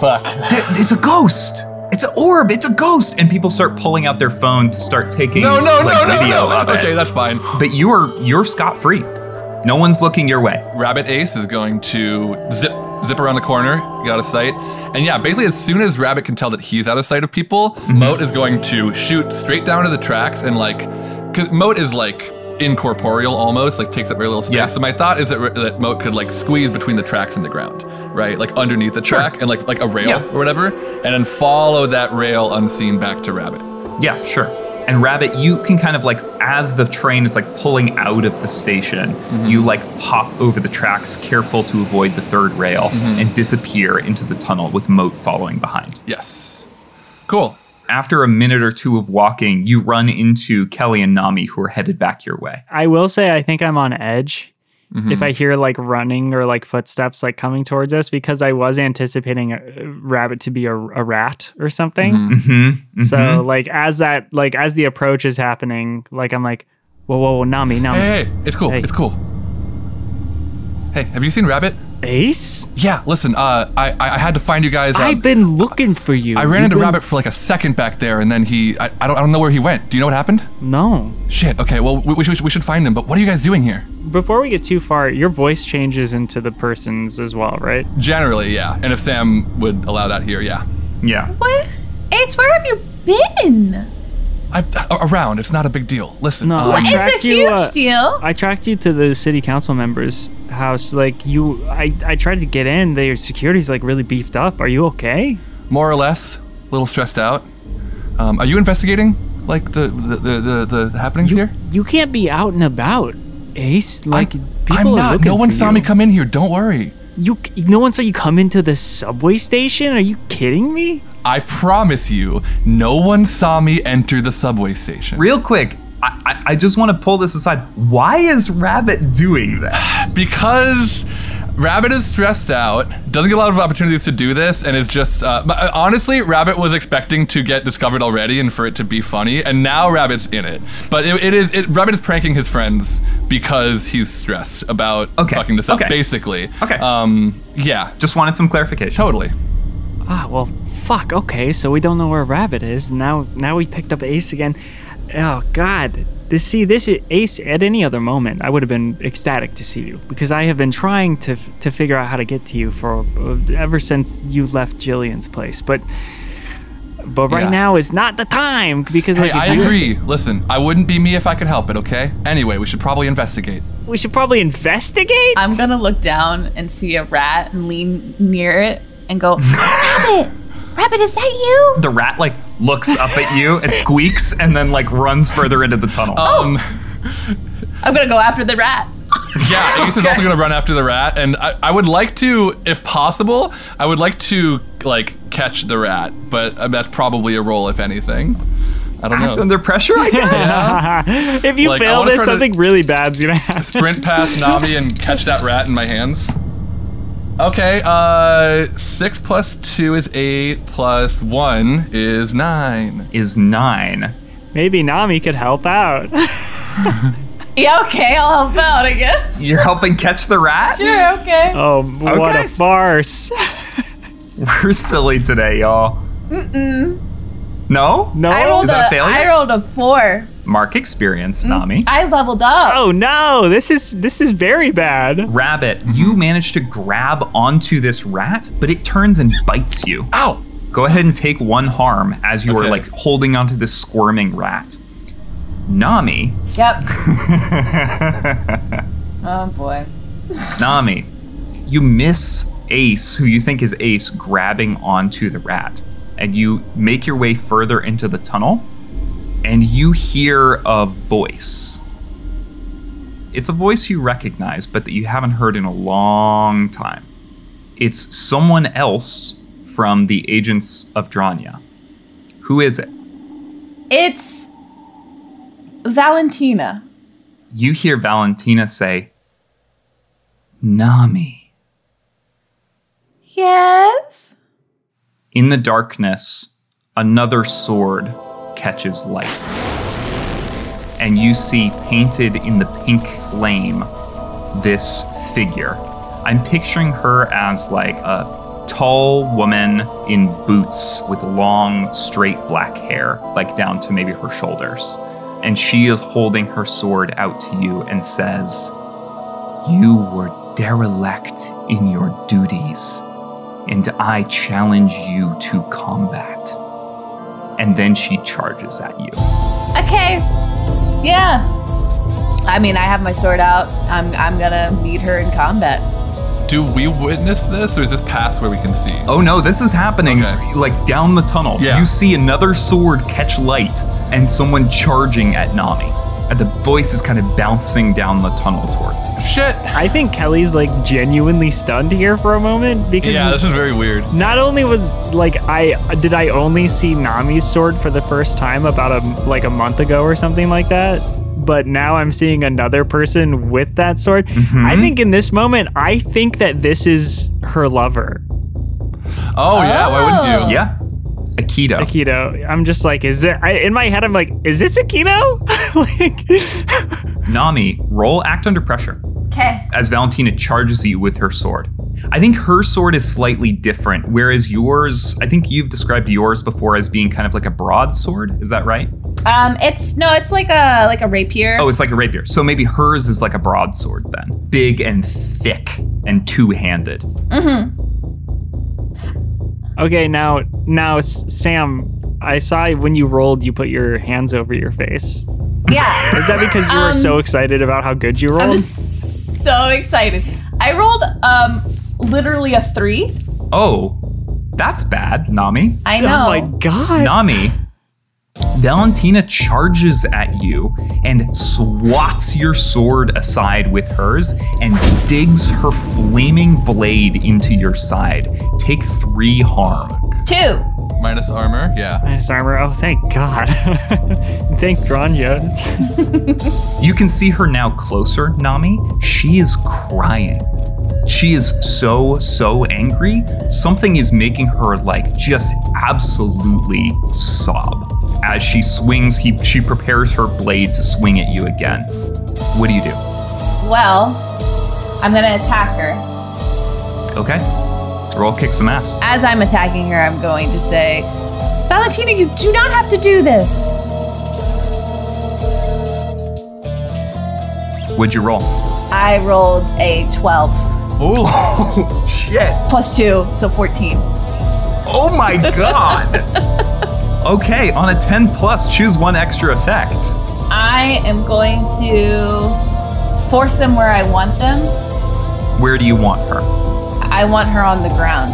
Speaker 4: Fuck.
Speaker 1: Th- It's a ghost." It's an orb. It's a ghost, and people start pulling out their phone to start taking
Speaker 4: No, no,
Speaker 1: like,
Speaker 4: no, no,
Speaker 1: video
Speaker 4: no, no.
Speaker 1: of it.
Speaker 4: Okay, that's fine.
Speaker 1: but you are you're scot free. No one's looking your way.
Speaker 4: Rabbit Ace is going to zip zip around the corner, get out of sight. And yeah, basically as soon as Rabbit can tell that he's out of sight of people,
Speaker 1: Mm-hmm.
Speaker 4: Moat is going to shoot straight down to the tracks and like cuz Moat is like incorporeal almost, like takes up very little space.
Speaker 1: Yeah.
Speaker 4: So my thought is that, r- that Moat could like squeeze between the tracks and the ground, right? Like underneath the
Speaker 1: Sure.
Speaker 4: track and like like a rail
Speaker 1: Yeah.
Speaker 4: or whatever, and then follow that rail unseen back to Rabbit.
Speaker 1: Yeah, sure. And Rabbit, you can kind of like, as the train is like pulling out of the station, you like pop over the tracks, careful to avoid the third rail, and disappear into the tunnel with Moat following behind.
Speaker 4: Yes. Cool.
Speaker 1: After a minute or two of walking, you run into Kelly and Nami, who are headed back your way.
Speaker 2: I will say I think I'm on edge if
Speaker 4: Mm-hmm.
Speaker 2: I hear like running or like footsteps like coming towards us because I was anticipating a a rabbit to be a, a rat or something.
Speaker 1: Mm-hmm.
Speaker 2: So like as that like as the approach is happening, like I'm like, whoa, whoa, whoa, Nami,
Speaker 1: Um,
Speaker 2: Nami,
Speaker 4: Hey, hey, it's cool.
Speaker 2: Hey.
Speaker 4: It's cool. Hey, have you seen Rabbit?
Speaker 2: Ace,
Speaker 4: Yeah, listen, uh, I, I I had to find you guys. um,
Speaker 2: I've been looking for you.
Speaker 4: I ran
Speaker 2: You've
Speaker 4: into
Speaker 2: been-
Speaker 4: Rabbit for like a second back there, and then he, I, I, don't, I don't know where he went. Do you know what happened?
Speaker 2: No,
Speaker 4: Shit, okay, well, we, we, should, we should find him, but what are you guys doing here?
Speaker 2: before we get too far, your voice changes into the person's as well, right?
Speaker 4: Generally, yeah. And if Sam would allow that here, yeah.
Speaker 1: Yeah.
Speaker 5: Where? Ace, where have you been?
Speaker 4: I, a- around, it's not a big deal. Listen,
Speaker 2: No,
Speaker 4: um,
Speaker 2: I
Speaker 5: It's a
Speaker 2: tracked you.
Speaker 5: huge
Speaker 2: uh,
Speaker 5: deal.
Speaker 2: I tracked you to the city council members' house. Like you, I, I tried to get in. Their security's like really beefed up. Are you okay?
Speaker 4: more or less, a little stressed out. Um, are you investigating, like, the, the, the, the, the happenings here?
Speaker 2: You can't be out and about, Ace. Like people
Speaker 4: I'm
Speaker 2: are
Speaker 4: not.
Speaker 2: looking
Speaker 4: No one
Speaker 2: for
Speaker 4: saw
Speaker 2: you.
Speaker 4: me come in here, don't worry.
Speaker 2: You, no one saw you come into the subway station. Are you kidding me?
Speaker 4: I promise you, no one saw me enter the subway station.
Speaker 1: Real quick, I, I, I just want to pull this aside. Why is Rabbit doing that?
Speaker 4: because Rabbit is stressed out, doesn't get a lot of opportunities to do this, and is just uh, but, uh, honestly, Rabbit was expecting to get discovered already and for it to be funny, and now Rabbit's in it. But it, it is it, Rabbit is pranking his friends because he's stressed about
Speaker 1: Okay,
Speaker 4: fucking this up,
Speaker 1: okay.
Speaker 4: basically.
Speaker 1: Okay.
Speaker 4: Um. Yeah.
Speaker 1: Just wanted some clarification.
Speaker 4: Totally.
Speaker 2: Ah, well, fuck. Okay, so we don't know where Rabbit is. Now, now we picked up Ace again. Oh God. This, see, this is Ace. At any other moment, I would have been ecstatic to see you because I have been trying to f- to figure out how to get to you for uh, ever since you left Jillian's place. But, but right
Speaker 4: Yeah.
Speaker 2: now is not the time because
Speaker 4: Hey,
Speaker 2: like
Speaker 4: I
Speaker 2: if you-
Speaker 4: agree. Listen, I wouldn't be me if I could help it. Okay. Anyway, we should probably investigate.
Speaker 2: we should probably investigate.
Speaker 3: I'm gonna look down and see a rat and lean near it and go,
Speaker 5: Rabbit, Rabbit, is that you?
Speaker 1: The rat like looks up at you and
Speaker 4: Oh,
Speaker 1: Oh! squeaks and then like runs further into the tunnel.
Speaker 4: Um.
Speaker 3: I'm gonna go after the rat.
Speaker 4: Yeah, Angus is also gonna run after the rat, and I, I would like to, if possible, I would like to like catch the rat, but uh, that's probably a roll, if anything. I don't know.
Speaker 1: Act under pressure, I guess.
Speaker 2: if you
Speaker 4: Like, I
Speaker 2: fail
Speaker 4: wanna
Speaker 2: this,
Speaker 4: try to-
Speaker 2: something really bad's gonna happen.
Speaker 4: Sprint past Nami and catch that rat in my hands. Okay, uh, six plus two is eight, plus one is nine.
Speaker 1: is nine.
Speaker 2: Maybe Nami could help out.
Speaker 3: Yeah, okay, I'll help out, I guess.
Speaker 1: You're helping catch the rat?
Speaker 3: Sure, okay.
Speaker 2: Oh, what
Speaker 1: Okay.
Speaker 2: a farce!
Speaker 1: We're silly today, y'all. Mm-mm. No?
Speaker 2: No,
Speaker 3: I rolled
Speaker 1: Is that
Speaker 3: a,
Speaker 1: a failure?
Speaker 3: I rolled a four.
Speaker 1: Mark experience, Nami.
Speaker 3: I leveled up.
Speaker 2: oh no, this is this is very bad.
Speaker 1: Rabbit, you manage to grab onto this rat, but it turns and bites you.
Speaker 4: Ow!
Speaker 1: Go ahead and take one harm as you are
Speaker 4: Okay.
Speaker 1: like holding onto this squirming rat. Nami,
Speaker 3: Yep. oh boy.
Speaker 1: Nami, you miss Ace, who you think is Ace, grabbing onto the rat. And you make your way further into the tunnel, and you hear a voice. It's a voice you recognize, but that you haven't heard in a long time. It's someone else from the Agents of Dranya. Who is it?
Speaker 3: It's Valentina.
Speaker 1: You hear Valentina say, Nami.
Speaker 3: Yes.
Speaker 1: In the darkness, another sword catches light. And you see painted in the pink flame this figure. I'm picturing her as like a tall woman in boots with long, straight black hair, like down to maybe her shoulders. And she is holding her sword out to you and says, You were derelict in your duties and I challenge you to combat. And then she charges at you.
Speaker 3: Okay. Yeah. I mean, I have my sword out. I'm I'm gonna meet her in combat.
Speaker 4: Do we witness this, or is this past where we can see?
Speaker 1: Oh no, this is happening
Speaker 4: Okay.
Speaker 1: like down the tunnel.
Speaker 4: Yeah.
Speaker 1: You see another sword catch light and someone charging at Nami. And the voice is kind of bouncing down the tunnel towards you.
Speaker 4: shit!
Speaker 2: I think Kelly's like genuinely stunned here for a moment because
Speaker 4: Yeah, this is very weird.
Speaker 2: not only was like I did I only see Nami's sword for the first time about a like a month ago or something like that, but now I'm seeing another person with that sword.
Speaker 4: Mm-hmm.
Speaker 2: I think in this moment I think that this is her lover.
Speaker 4: Oh, yeah, why wouldn't you?
Speaker 1: Yeah. Aikido.
Speaker 2: Akito. I'm just like is it I, in my head I'm like is this Akito? like
Speaker 1: Nami, roll act under pressure.
Speaker 5: Okay.
Speaker 1: as Valentina charges at you with her sword. I think her sword is slightly different, whereas yours, I think you've described yours before as being kind of like a broadsword. Is that right?
Speaker 3: Um, it's no, it's like a like a rapier.
Speaker 1: Oh, it's like a rapier. So maybe hers is like a broadsword then. Big and thick and two handed.
Speaker 2: Okay, now now S- Sam, I saw when you rolled you put your hands over your face.
Speaker 3: Yeah.
Speaker 2: Is that because you were
Speaker 3: Um,
Speaker 2: so excited about how good you rolled?
Speaker 3: I'm just so excited. I rolled um literally a three.
Speaker 1: Oh, that's bad, Nami.
Speaker 3: I
Speaker 2: oh
Speaker 3: know.
Speaker 2: my god.
Speaker 1: Nami, Valentina charges at you and swats your sword aside with hers and digs her flaming blade into your side. Take three harm.
Speaker 3: Two.
Speaker 1: Oh.
Speaker 4: Minus armor, yeah.
Speaker 2: Minus armor. Oh, thank God. thank Dranya.
Speaker 1: You can see her now closer, Nami. She is crying. She is so, so angry. Something is making her like just absolutely sob. As she swings, he, she prepares her blade to swing at you again. What do you do?
Speaker 3: Well, I'm gonna attack her.
Speaker 1: Okay. Roll kick some ass.
Speaker 3: As I'm attacking her, I'm going to say, Valentina, you do not have to do this.
Speaker 1: Would you roll?
Speaker 3: I rolled a 12
Speaker 1: Oh, shit.
Speaker 3: plus two, so 14.
Speaker 1: Oh my god. okay, on a 10 plus, choose one extra effect.
Speaker 3: I am going to force them where I want them.
Speaker 1: Where do you want her?
Speaker 3: I want her on the ground.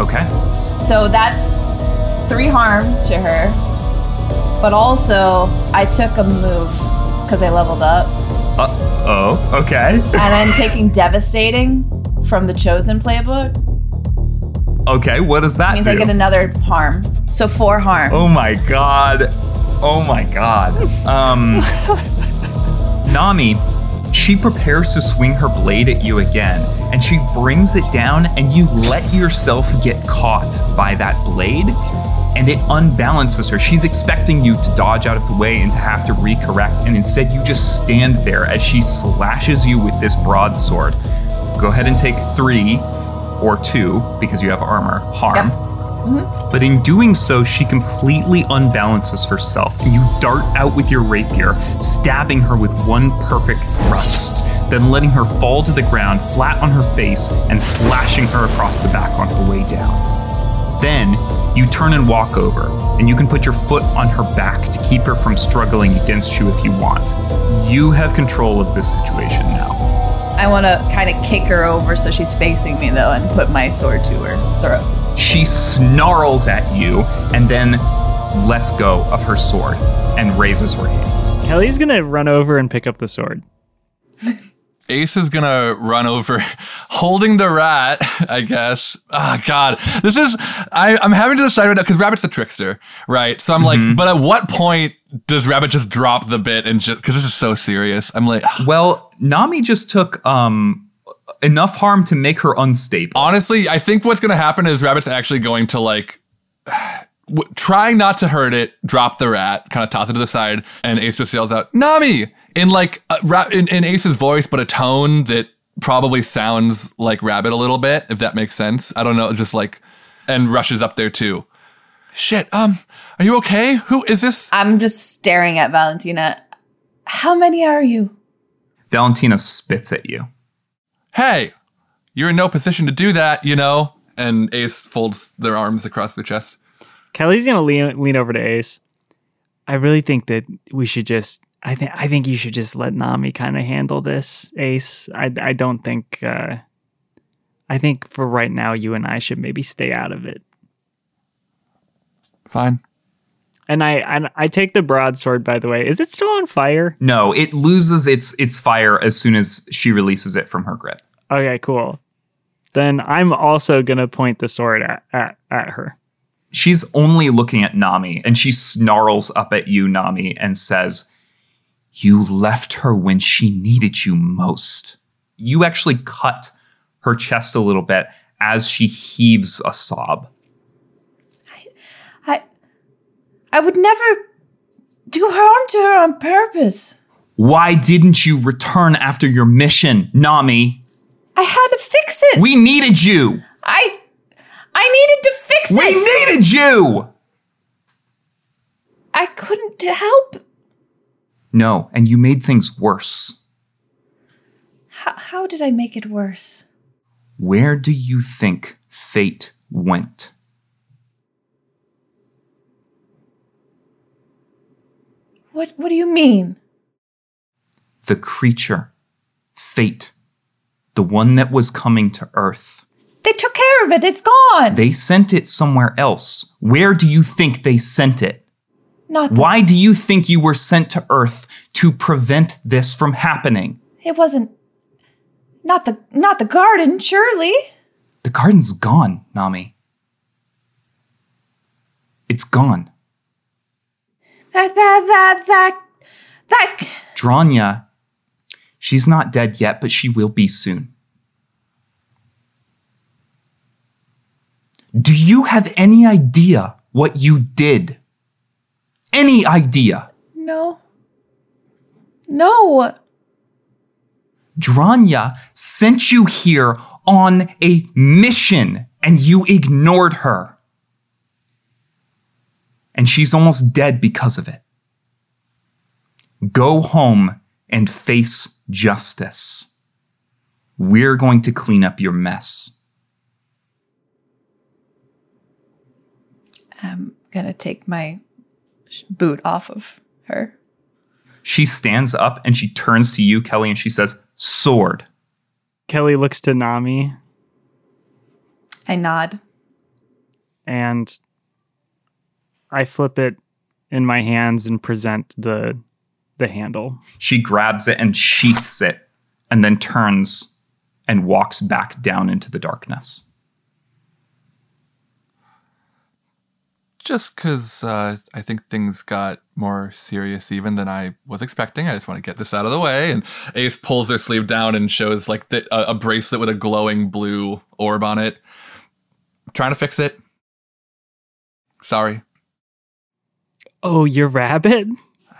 Speaker 1: Okay.
Speaker 3: So that's three harm to her. But also, I took a move because I leveled up.
Speaker 1: Uh oh. Okay.
Speaker 3: and I'm taking devastating from the chosen playbook.
Speaker 1: Okay. What does that
Speaker 3: means
Speaker 1: do?
Speaker 3: I get another harm. So four harm.
Speaker 1: Oh my god. Oh my god. Um Nami, she prepares to swing her blade at you again, and she brings it down and you let yourself get caught by that blade and it unbalances her. She's expecting you to dodge out of the way and to have to recorrect and instead you just stand there as she slashes you with this broadsword. Go ahead and take 3 or 2 because you have armor harm. But in doing so, she completely unbalances herself, and you dart out with your rapier, stabbing her with one perfect thrust, then letting her fall to the ground flat on her face and slashing her across the back on her way down. Then you turn and walk over, and you can put your foot on her back to keep her from struggling against you if you want. You have control of this situation now.
Speaker 3: I want to kind of kick her over so she's facing me though, and put my sword to her throat.
Speaker 1: She snarls at you and then lets go of her sword and raises her hands.
Speaker 2: Kelly's gonna run over and pick up the sword.
Speaker 4: Ace is gonna run over, holding the rat. I guess. Oh God, this is. I, I'm having to decide right now because Rabbit's the trickster, right? So I'm like, but at what point does Rabbit just drop the bit and just because this is so serious? I'm like,
Speaker 1: Well, Nami just took um enough harm to make her unstable.
Speaker 4: honestly, I think what's gonna happen is Rabbit's actually going to like. W- trying not to hurt it, drop the rat, kind of toss it to the side, and Ace just yells out, "Nami!" in like a, ra- in, in Ace's voice, but a tone that probably sounds like Rabbit a little bit, if that makes sense. I don't know, just like, and rushes up there too. Shit. Um, are you okay? Who is this?
Speaker 3: I'm just staring at Valentina. How many are you?
Speaker 1: Valentina spits at you.
Speaker 4: Hey, you're in no position to do that, you know. And Ace folds their arms across their chest.
Speaker 2: Kelly's gonna lean, lean over to Ace. I really think that we should just. I think I think you should just let Nami kind of handle this, Ace. I I don't think. Uh, I think for right now, you and I should maybe stay out of it.
Speaker 4: Fine.
Speaker 2: And I and I take the broadsword. By the way, is it still on fire?
Speaker 1: No, it loses its its fire as soon as she releases it from her grip.
Speaker 2: Okay, cool. Then I'm also gonna point the sword at at, at her.
Speaker 1: She's only looking at Nami and she snarls up at you, Nami, and says, You left her when she needed you most. You actually cut her chest a little bit as she heaves a sob.
Speaker 3: I I would never do harm to her on purpose.
Speaker 1: Why didn't you return after your mission, Nami?
Speaker 3: I had to fix it.
Speaker 1: We needed you.
Speaker 3: I I needed to fix
Speaker 1: We
Speaker 3: it.
Speaker 1: needed you.
Speaker 3: I couldn't help.
Speaker 1: No, and you made things worse.
Speaker 3: How, how did I make it worse?
Speaker 1: Where do you think fate went?
Speaker 3: What What do you mean?
Speaker 1: The creature, fate, the one that was coming to Earth.
Speaker 3: They took care of it. It's gone.
Speaker 1: They sent it somewhere else. Where do you think they sent it?
Speaker 3: Not.
Speaker 1: Why do you think you were sent to Earth to prevent this from happening?
Speaker 3: It wasn't. Not the Not the garden, surely.
Speaker 1: The garden's gone, Nami. It's gone.
Speaker 3: That that that that that.
Speaker 1: Dranya, she's not dead yet, but she will be soon. Do you have any idea what you did? Any idea?
Speaker 3: No. No.
Speaker 1: Dranya sent you here on a mission and you ignored her. And she's almost dead because of it. Go home and face justice. We're going to clean up your mess.
Speaker 3: I'm gonna take my sh- boot off of her.
Speaker 1: She stands up and she turns to you, Kelly, and she says, Sword.
Speaker 2: Kelly looks to Nami
Speaker 3: I nod.
Speaker 2: and I flip it in my hands and present the the handle.
Speaker 1: She grabs it and sheaths it and then turns and walks back down into the darkness.
Speaker 4: Just because uh, I think things got more serious even than I was expecting, I just want to get this out of the way. And Ace pulls her sleeve down and shows like the, a, a bracelet with a glowing blue orb on it. trying to fix it. Sorry.
Speaker 2: Oh, your rabbit?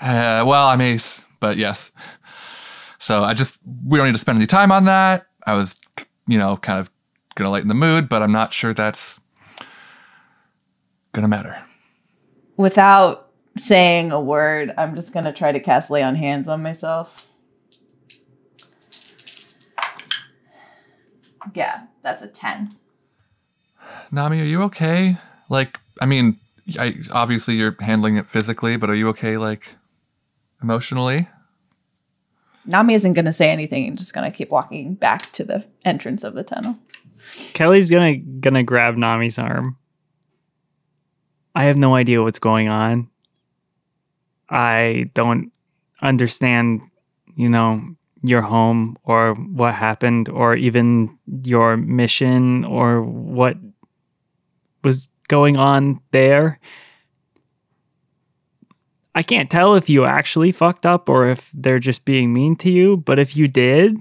Speaker 4: Uh, well, I'm Ace, but yes. So I just we don't need to spend any time on that. I was, you know, kind of gonna lighten the mood, but I'm not sure that's gonna matter.
Speaker 3: Without saying a word, I'm just gonna try to cast lay on hands on myself. Yeah, that's a ten.
Speaker 4: Nami, are you okay? Like, I mean, I obviously you're handling it physically, but are you okay like emotionally?
Speaker 3: Nami isn't gonna say anything. I'm just gonna keep walking back to the entrance of the tunnel.
Speaker 2: Kelly's gonna gonna grab Nami's arm. I have no idea what's going on. I don't understand, you know, your home or what happened or even your mission or what was going on there. I can't tell if you actually fucked up or if they're just being mean to you, but if you did,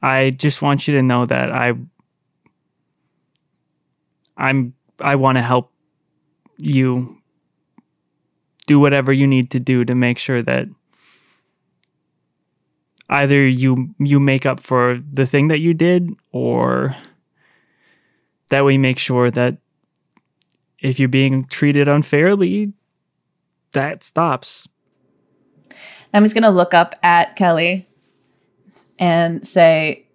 Speaker 2: I just want you to know that I I'm I want to help you do whatever you need to do to make sure that either you you make up for the thing that you did or that we make sure that if you're being treated unfairly that stops
Speaker 3: Nami's gonna look up at Kelly and say,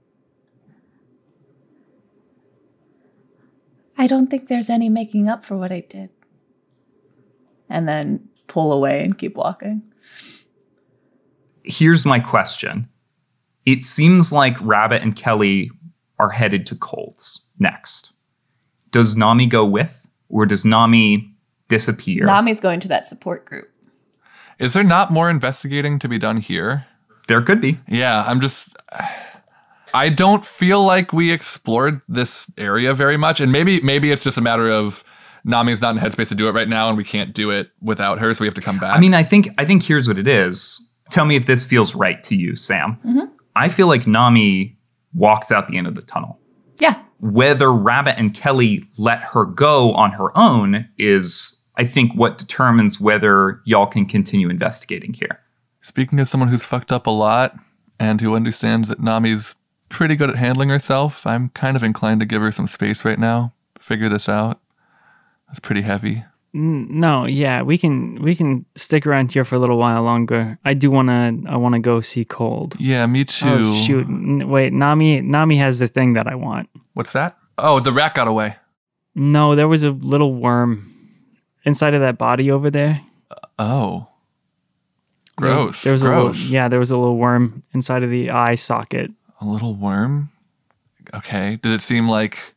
Speaker 3: I don't think there's any making up for what I did. And then pull away and keep walking.
Speaker 1: Here's my question It seems like Rabbit and Kelly are headed to Colts next. Does Nami go with, or does Nami disappear?
Speaker 3: Nami's going to that support group.
Speaker 4: Is there not more investigating to be done here?
Speaker 1: there could be.
Speaker 4: Yeah, I'm just. I don't feel like we explored this area very much, and maybe maybe it's just a matter of Nami's not in headspace to do it right now, and we can't do it without her, so we have to come back.
Speaker 1: I mean, I think I think here's what it is. Tell me if this feels right to you, Sam. I feel like Nami walks out the end of the tunnel.
Speaker 3: Yeah.
Speaker 1: Whether Rabbit and Kelly let her go on her own is, I think, what determines whether y'all can continue investigating here.
Speaker 4: Speaking as someone who's fucked up a lot and who understands that Nami's pretty good at handling herself, I'm kind of inclined to give her some space right now. Figure this out. That's pretty heavy.
Speaker 2: N- no yeah we can we can stick around here for a little while longer i do want to i want to go see cold
Speaker 4: Yeah, me too.
Speaker 2: oh shoot N- wait nami nami has the thing that i want
Speaker 4: What's that? Oh, the rat got away.
Speaker 2: no there was a little worm inside of that body over there
Speaker 4: Oh.
Speaker 2: There was-
Speaker 4: Gross.
Speaker 2: there was
Speaker 4: gross.
Speaker 2: a little, yeah there was a little worm inside of the eye socket
Speaker 4: A little worm? Okay. Did it seem like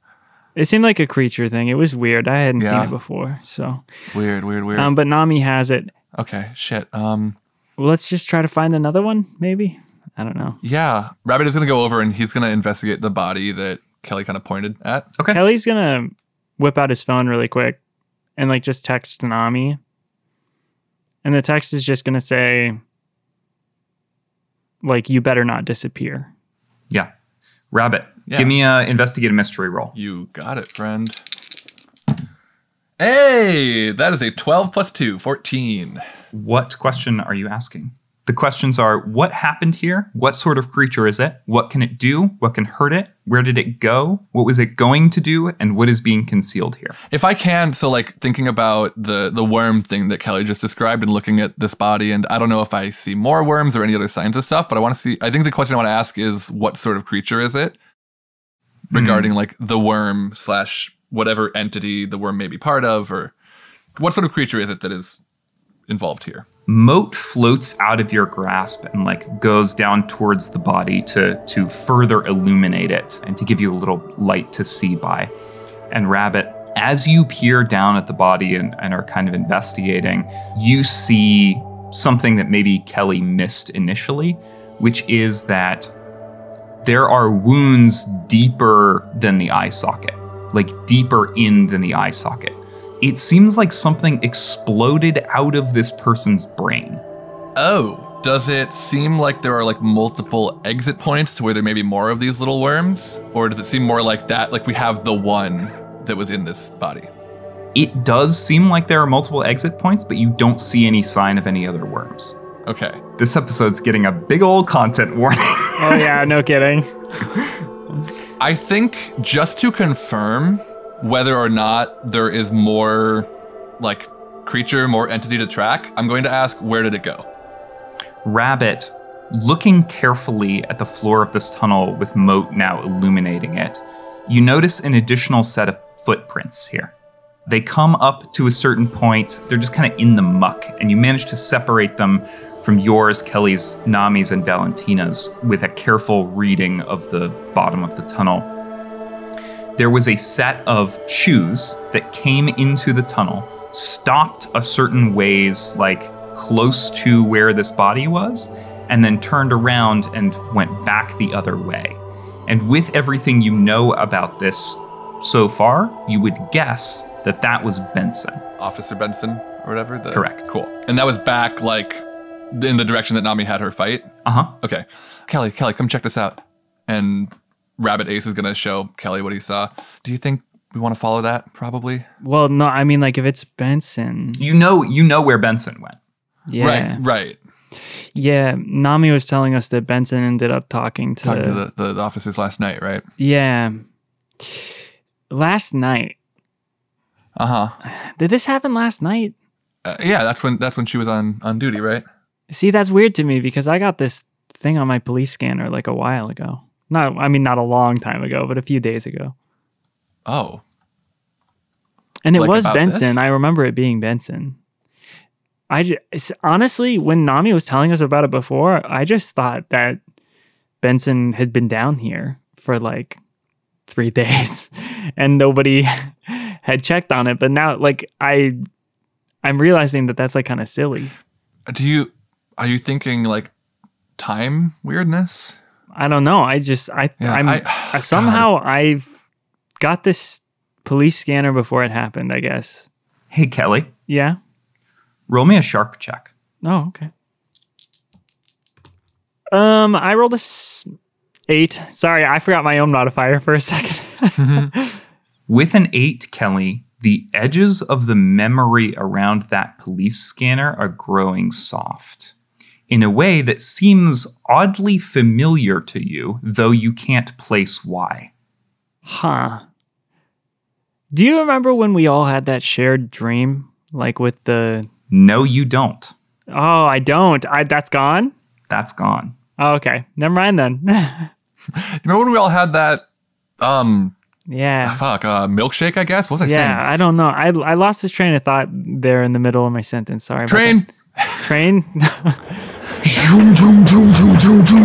Speaker 2: It seemed like a creature thing. It was weird. I hadn't
Speaker 4: Yeah.
Speaker 2: seen it before. So,
Speaker 4: weird, weird, weird?
Speaker 2: um, but Nami has it.
Speaker 4: okay, shit. Um
Speaker 2: Well, let's just try to find another one, maybe. I don't know.
Speaker 4: yeah. Rabbit is gonna go over and he's gonna investigate the body that Kelly kind of pointed at.
Speaker 1: Okay.
Speaker 2: Kelly's gonna whip out his phone really quick and like just text Nami. And the text is just gonna say, like, you better not disappear.
Speaker 1: Yeah. Rabbit,
Speaker 4: Yeah.
Speaker 1: give me a investigate a mystery roll.
Speaker 4: You got it, friend. Hey, that is a 12 plus 2, 14.
Speaker 1: What question are you asking? The questions are what happened here? What sort of creature is it? What can it do? What can hurt it? Where did it go? What was it going to do? And what is being concealed here?
Speaker 4: If I can, so like thinking about the the worm thing that Kelly just described and looking at this body, and I don't know if I see more worms or any other signs of stuff, but I want to see. I think the question I want to ask is, what sort of creature is it? Regarding like the worm slash whatever entity the worm may be part of, or what sort of creature is it that is involved here?
Speaker 1: Moat floats out of your grasp and like goes down towards the body to to further illuminate it and to give you a little light to see by. And Rabbit, as you peer down at the body and, and are kind of investigating, you see something that maybe Kelly missed initially, which is that there are wounds deeper than the eye socket, like deeper in than the eye socket. It seems like something exploded out of this person's brain.
Speaker 4: Oh, does it seem like there are like multiple exit points to where there may be more of these little worms? Or does it seem more like that, like we have the one that was in this body?
Speaker 1: It does seem like there are multiple exit points, but you don't see any sign of any other worms.
Speaker 4: Okay.
Speaker 1: This episode's getting a big old content warning.
Speaker 2: Oh yeah, no kidding.
Speaker 4: I think just to confirm whether or not there is more like creature, more entity to track, I'm going to ask where did it go?
Speaker 1: Rabbit, looking carefully at the floor of this tunnel with Moat now illuminating it, you notice an additional set of footprints here. They come up to a certain point, they're just kind of in the muck, and you manage to separate them from yours, Kelly's, Nami's, and Valentina's with a careful reading of the bottom of the tunnel. There was a set of shoes that came into the tunnel, stopped a certain ways, like close to where this body was, and then turned around and went back the other way. And with everything you know about this so far, you would guess that that was Benson.
Speaker 4: Officer Benson or whatever? The,
Speaker 1: Correct.
Speaker 4: Cool. And that was back like in the direction that Nami had her fight.
Speaker 1: Uh huh.
Speaker 4: Okay. Kelly, Kelly, come check this out. And Rabbit Ace is going to show Kelly what he saw. Do you think we want to follow that? Probably.
Speaker 2: Well, no, I mean like if it's Benson,
Speaker 1: You know, you know where Benson went.
Speaker 2: yeah,
Speaker 4: Right, right.
Speaker 2: yeah. Nami was telling us that Benson ended up talking to,
Speaker 4: Talked to the, the, the officers last night, right?
Speaker 2: yeah. Last night,
Speaker 4: Uh huh.
Speaker 2: did this happen last night?
Speaker 4: Uh, yeah, that's when that's when she was on on duty, right?
Speaker 2: See, that's weird to me because I got this thing on my police scanner like a while ago. Not, I mean, not a long time ago, but a few days ago.
Speaker 4: Oh,
Speaker 2: And it
Speaker 4: Like
Speaker 2: was
Speaker 4: about
Speaker 2: Benson.
Speaker 4: this?
Speaker 2: I remember it being Benson. I ju- s- honestly, when Nami was telling us about it before, I just thought that Benson had been down here for like three days, and nobody had checked on it. But now, like I, I'm realizing that that's like kind of silly.
Speaker 4: do you are you thinking like time weirdness?
Speaker 2: I don't know. I just I
Speaker 4: Yeah,
Speaker 2: I'm,
Speaker 4: I-
Speaker 2: I somehow I got this police scanner before it happened. I guess.
Speaker 1: Hey, Kelly,
Speaker 2: Yeah.
Speaker 1: roll me a sharp check.
Speaker 2: Oh, okay. Um, I rolled a s- eight. Sorry, I forgot my own modifier for a second.
Speaker 1: With an eight, Kelly, the edges of the memory around that police scanner are growing soft in a way that seems oddly familiar to you, though you can't place why.
Speaker 2: huh. Do you remember when we all had that shared dream, like with the?
Speaker 1: No, you don't.
Speaker 2: Oh, I don't. I that's gone.
Speaker 1: That's gone.
Speaker 2: Oh, okay, never mind then.
Speaker 4: Remember when we all had that um
Speaker 2: yeah.
Speaker 4: fuck uh milkshake? I guess what was I
Speaker 2: Yeah, I don't know. I, I lost this train of thought there in the middle of my sentence. Sorry. about
Speaker 4: saying? Train.
Speaker 2: that. Train.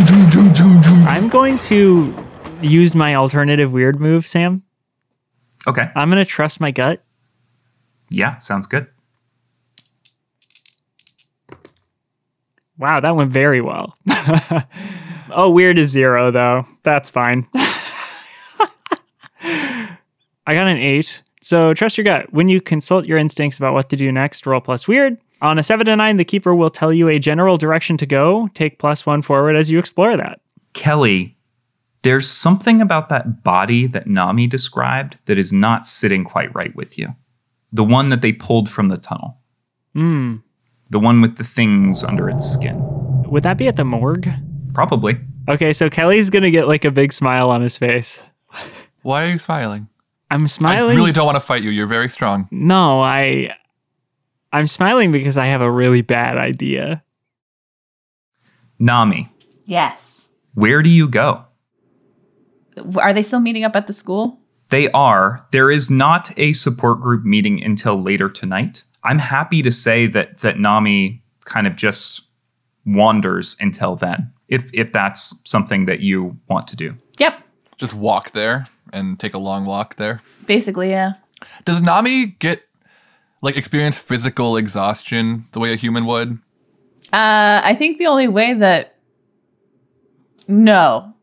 Speaker 2: I'm going to use my alternative weird move, Sam.
Speaker 1: Okay.
Speaker 2: I'm going to trust my gut.
Speaker 1: Yeah, sounds good.
Speaker 2: Wow, that went very well. oh, weird is zero, though. That's fine. I got an eight. So trust your gut. When you consult your instincts about what to do next, roll plus weird. On a seven to nine, the keeper will tell you a general direction to go. Take plus one forward as you explore that.
Speaker 1: Kelly, there's something about that body that Nami described that is not sitting quite right with you. The one that they pulled from the tunnel,
Speaker 2: Hmm.
Speaker 1: the one with the things under its skin.
Speaker 2: Would that be at the morgue?
Speaker 1: Probably.
Speaker 2: Okay, so Kelly's going to get like a big smile on his face.
Speaker 4: Why are you smiling?
Speaker 2: I'm smiling.
Speaker 4: I really don't want to fight you. You're very strong.
Speaker 2: No, I I'm smiling because I have a really bad idea.
Speaker 1: Nami,
Speaker 5: Yes.
Speaker 1: where do you go?
Speaker 3: Are they still meeting up at the school?
Speaker 1: They are. There is not a support group meeting until later tonight. I'm happy to say that that Nami kind of just wanders until then. If if that's something that you want to do.
Speaker 3: Yep.
Speaker 4: Just walk there and take a long walk there.
Speaker 3: Basically, yeah.
Speaker 4: Does Nami get like experience physical exhaustion the way a human would?
Speaker 3: Uh, I think the only way that. No.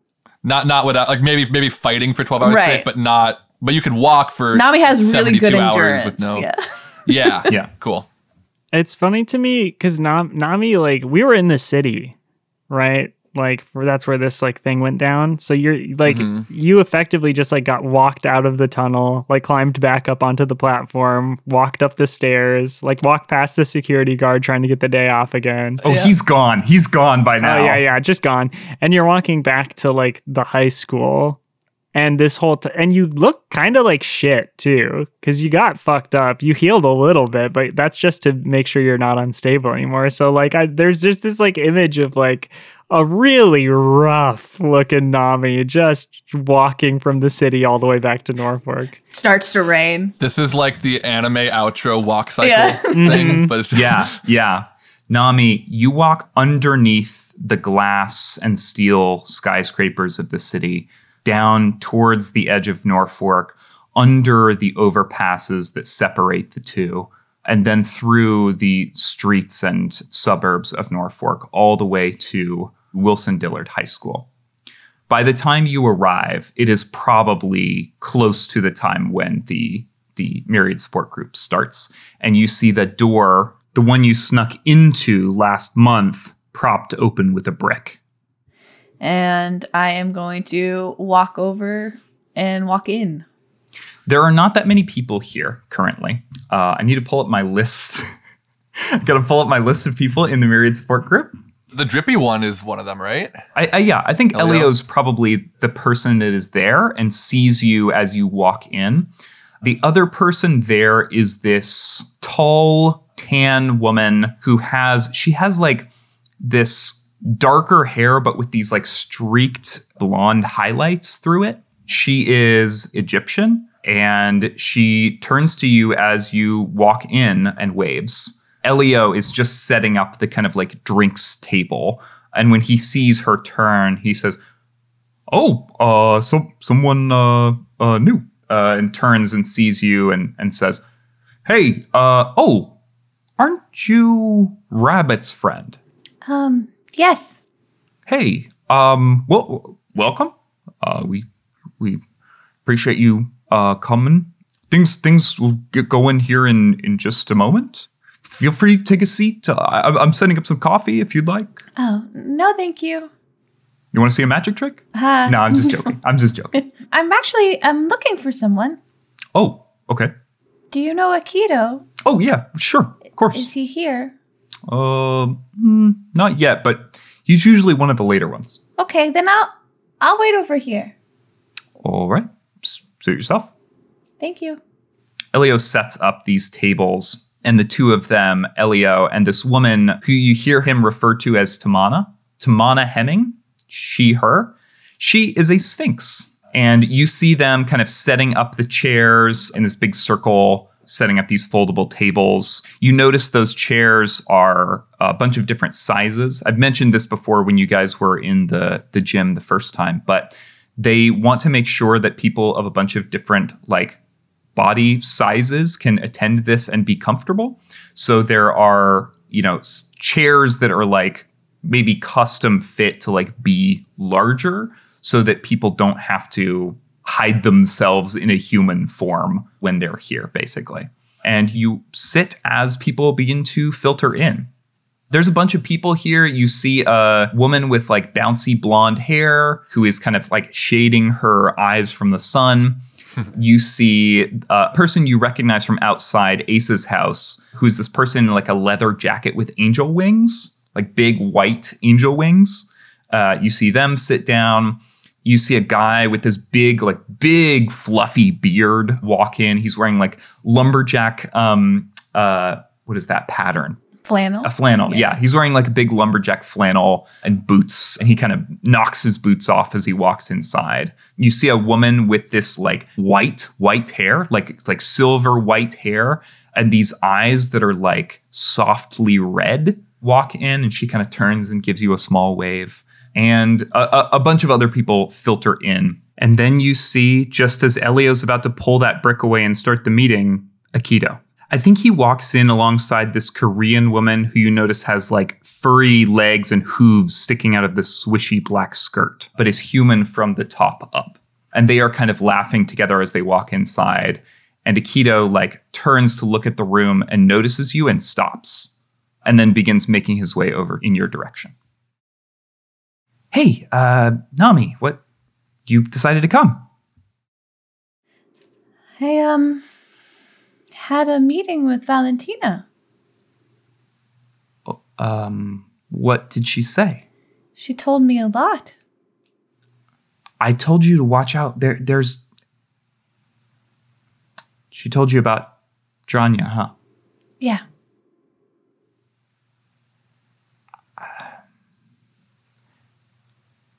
Speaker 4: Not not without like maybe maybe fighting for twelve hours
Speaker 3: Right.
Speaker 4: straight, but not but you could walk for
Speaker 3: Nami has really
Speaker 4: 72
Speaker 3: good
Speaker 4: hours
Speaker 3: endurance.
Speaker 4: with no
Speaker 3: Yeah.
Speaker 4: yeah
Speaker 1: Yeah.
Speaker 4: cool
Speaker 2: It's funny to me because Nam- Nami, like, we were in the city, right? Like, for, that's where this like thing went down. So you're like, you effectively just like got walked out of the tunnel, like climbed back up onto the platform, walked up the stairs, like walked past the security guard trying to get the day off again.
Speaker 1: Oh, he's gone. He's gone by now.
Speaker 2: Oh yeah, yeah, just gone. And you're walking back to like the high school, and this whole t- and you look kind of like shit too, because you got fucked up. You healed a little bit, but that's just to make sure you're not unstable anymore. So like, I, there's just this like image of like a really rough looking Nami just walking from the city all the way back to Norfolk.
Speaker 3: Starts to rain.
Speaker 4: this is like the anime outro walk cycle
Speaker 3: Yeah.
Speaker 4: thing but it's
Speaker 1: Mm-hmm. Yeah, yeah. Nami, you walk underneath the glass and steel skyscrapers of the city, down towards the edge of Norfolk, under the overpasses that separate the two, and then through the streets and suburbs of Norfolk, all the way to Wilson Dillard High School. By the time you arrive, it is probably close to the time when the the myriad support group starts, and you see the door, the one you snuck into last month, propped open with a brick.
Speaker 3: And I am going to walk over and walk in.
Speaker 1: There are not that many people here currently. Uh, I need to pull up my list. I gotta pull up my list of people in the myriad support group.
Speaker 4: the drippy one is one of them right
Speaker 1: I, I yeah, I think
Speaker 4: Elio.
Speaker 1: Elio's probably the person that is there and sees you as you walk in. The other person there is this tall, tan woman who has she has like this darker hair, but with these like streaked blonde highlights through it. She is Egyptian and she turns to you as you walk in and waves. Elio is just setting up the kind of like drinks table. And when he sees her turn, he says, Oh, uh, so someone uh, uh, new. Uh, and turns and sees you and, and says, Hey, uh, oh, aren't you Rabbit's friend?
Speaker 5: Um, yes.
Speaker 1: hey um well welcome uh we we appreciate you uh coming things things will get going here in in just a moment feel free to take a seat uh, I, i'm setting up some coffee if you'd like
Speaker 5: Oh, no, thank you.
Speaker 1: you want to see a magic trick
Speaker 5: Uh,
Speaker 1: no i'm just joking i'm just joking
Speaker 5: I'm actually I'm looking for someone.
Speaker 1: oh okay
Speaker 5: Do you know Akito?
Speaker 1: oh yeah sure of
Speaker 5: Is
Speaker 1: course
Speaker 5: he here?
Speaker 1: um hmm, not yet but he's usually one of the later ones
Speaker 5: Okay, then I'll I'll wait over here.
Speaker 1: all right S- suit yourself
Speaker 5: Thank you.
Speaker 1: Elio sets up these tables, and the two of them, Elio and this woman who you hear him refer to as Tamana, Tamana Hemming, she, her, she is a sphinx. And you see them kind of setting up the chairs in this big circle, setting up these foldable tables. You notice those chairs are a bunch of different sizes. I've mentioned this before when you guys were in the, the gym the first time, but they want to make sure that people of a bunch of different, like, body sizes can attend this and be comfortable. So there are, you know, s- chairs that are like maybe custom fit to like be larger so that people don't have to hide themselves in a human form when they're here basically. And you sit as people begin to filter in there's a bunch of people here. You see a woman with like bouncy blonde hair who is kind of like shading her eyes from the sun. you see a person you recognize from outside Ace's house, who's this person in like a leather jacket with angel wings, like big white angel wings. Uh, you see them sit down. You see a guy with this big, like big fluffy beard walk in. He's wearing like lumberjack. Um, uh, what is that pattern?
Speaker 3: Flannel.
Speaker 1: A flannel, yeah. He's wearing like a big lumberjack flannel and boots, and he kind of knocks his boots off as he walks inside. You see a woman with this like white, white hair, like like silver white hair, and these eyes that are like softly red walk in, and she kind of turns and gives you a small wave. And a, a, a bunch of other people filter in And then you see, just as Elio's about to pull that brick away and start the meeting, Akito. I think he walks in alongside this Korean woman who you notice has like furry legs and hooves sticking out of this swishy black skirt, but is human from the top up. And they are kind of laughing together as they walk inside. And Akito like turns to look at the room and notices you and stops, and then begins making his way over in your direction. Hey, uh, Nami, what? You decided to come.
Speaker 3: I um had a meeting with Valentina.
Speaker 1: Um, what did she say?
Speaker 3: She told me a lot.
Speaker 1: I told you to watch out. There, there's. She told you about Dranya, huh?
Speaker 3: Yeah.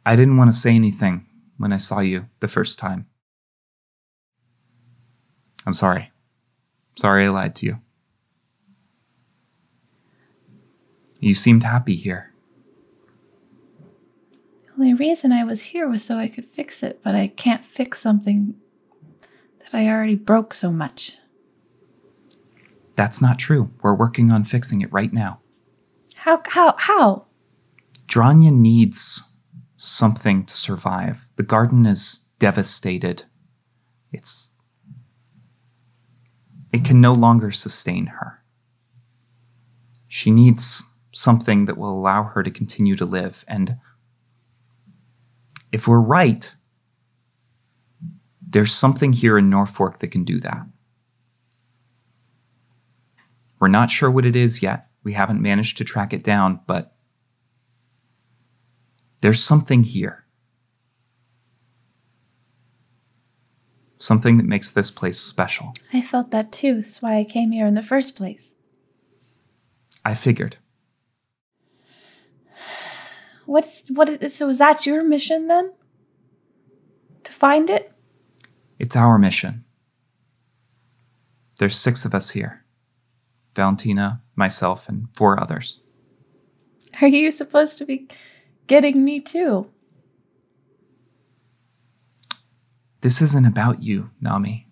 Speaker 1: I didn't want to say anything when I saw you the first time. I'm sorry. Sorry I lied to you. You seemed happy here.
Speaker 3: The only reason I was here was so I could fix it, but I can't fix something that I already broke so much.
Speaker 1: That's not true. We're working on fixing it right now.
Speaker 3: How how how?
Speaker 1: Dranya needs something to survive. The garden is devastated. It's it can no longer sustain her. She needs something that will allow her to continue to live and if we're right, there's something here in Norfolk that can do that. We're not sure what it is yet. We haven't managed to track it down, but there's something here. Something that makes this place special.
Speaker 3: I felt that too. That's why I came here in the first place.
Speaker 1: I figured.
Speaker 3: What is what is so is that your mission then? To find it?
Speaker 1: It's our mission. There's six of us here Valentina, myself, and four others.
Speaker 3: Are you supposed to be getting me too?
Speaker 1: This isn't about you, Nami.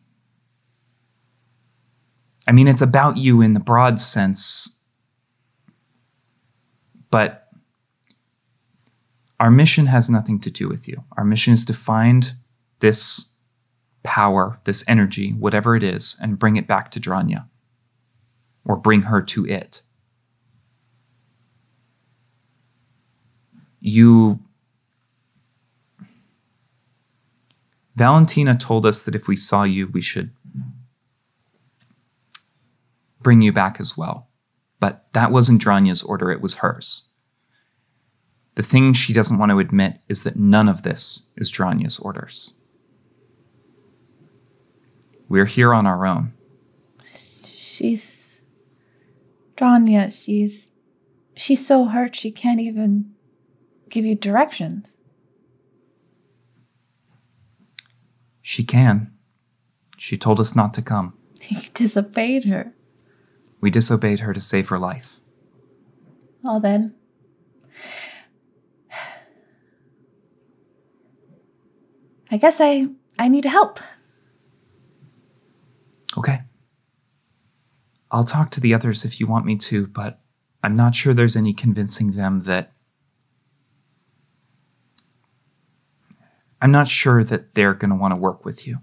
Speaker 1: I mean, it's about you in the broad sense, but our mission has nothing to do with you. Our mission is to find this power, this energy, whatever it is, and bring it back to Dranya or bring her to it. You. Valentina told us that if we saw you, we should bring you back as well. But that wasn't Dranya's order, it was hers. The thing she doesn't want to admit is that none of this is Dranya's orders. We're here on our own.
Speaker 3: She's Dranya, she's she's so hurt she can't even give you directions.
Speaker 1: She can. She told us not to come.
Speaker 3: You disobeyed her.
Speaker 1: We disobeyed her to save her life.
Speaker 3: Well then. I guess I I need help.
Speaker 1: Okay. I'll talk to the others if you want me to, but I'm not sure there's any convincing them that. I'm not sure that they're going to want to work with you.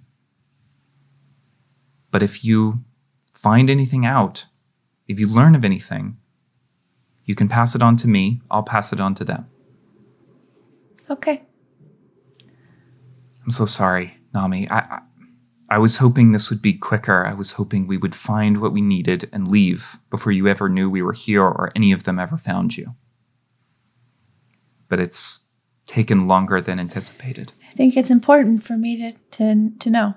Speaker 1: But if you find anything out, if you learn of anything, you can pass it on to me. I'll pass it on to them.
Speaker 3: Okay.
Speaker 1: I'm so sorry, Nami. I, I I was hoping this would be quicker. I was hoping we would find what we needed and leave before you ever knew we were here or any of them ever found you. But it's taken longer than anticipated.
Speaker 3: I think it's important for me to to, to know.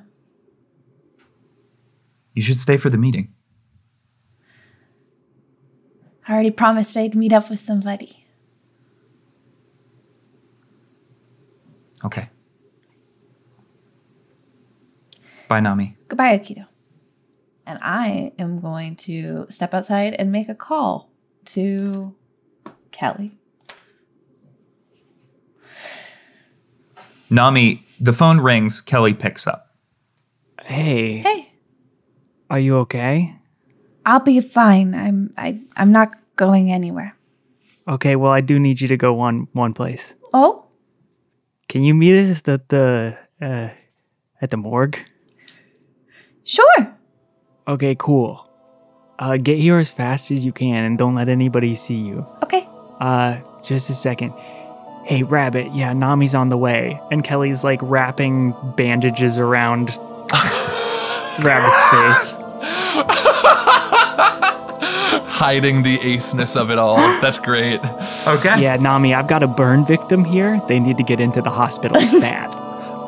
Speaker 1: You should stay for the meeting.
Speaker 3: I already promised I'd meet up with somebody.
Speaker 1: Okay. Bye, Nami.
Speaker 3: Goodbye, Akito. And I am going to step outside and make a call to Kelly.
Speaker 1: Nami, the phone rings. Kelly picks up.
Speaker 2: Hey.
Speaker 5: Hey.
Speaker 2: Are you okay?
Speaker 5: I'll be fine. I'm I I'm not going anywhere.
Speaker 2: Okay, well I do need you to go one one place.
Speaker 5: Oh,
Speaker 2: Can you meet us at the uh, at the morgue?
Speaker 5: sure.
Speaker 2: Okay, cool. Uh, get here as fast as you can and don't let anybody see you.
Speaker 5: Okay.
Speaker 2: Uh, just a second. Hey, Rabbit, yeah, Nami's on the way. And Kelly's like wrapping bandages around Rabbit's face.
Speaker 4: Hiding the aceness of it all. That's great.
Speaker 1: Okay.
Speaker 2: Yeah, Nami, I've got a burn victim here. They need to get into the hospital stat.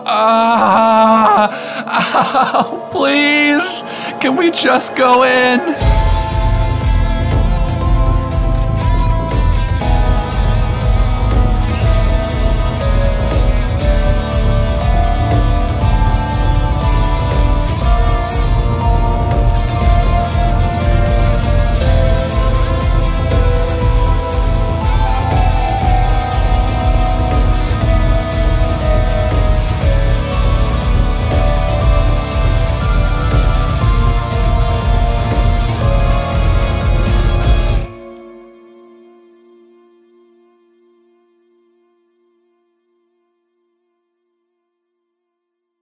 Speaker 4: Ah, ah, please, can we just go in?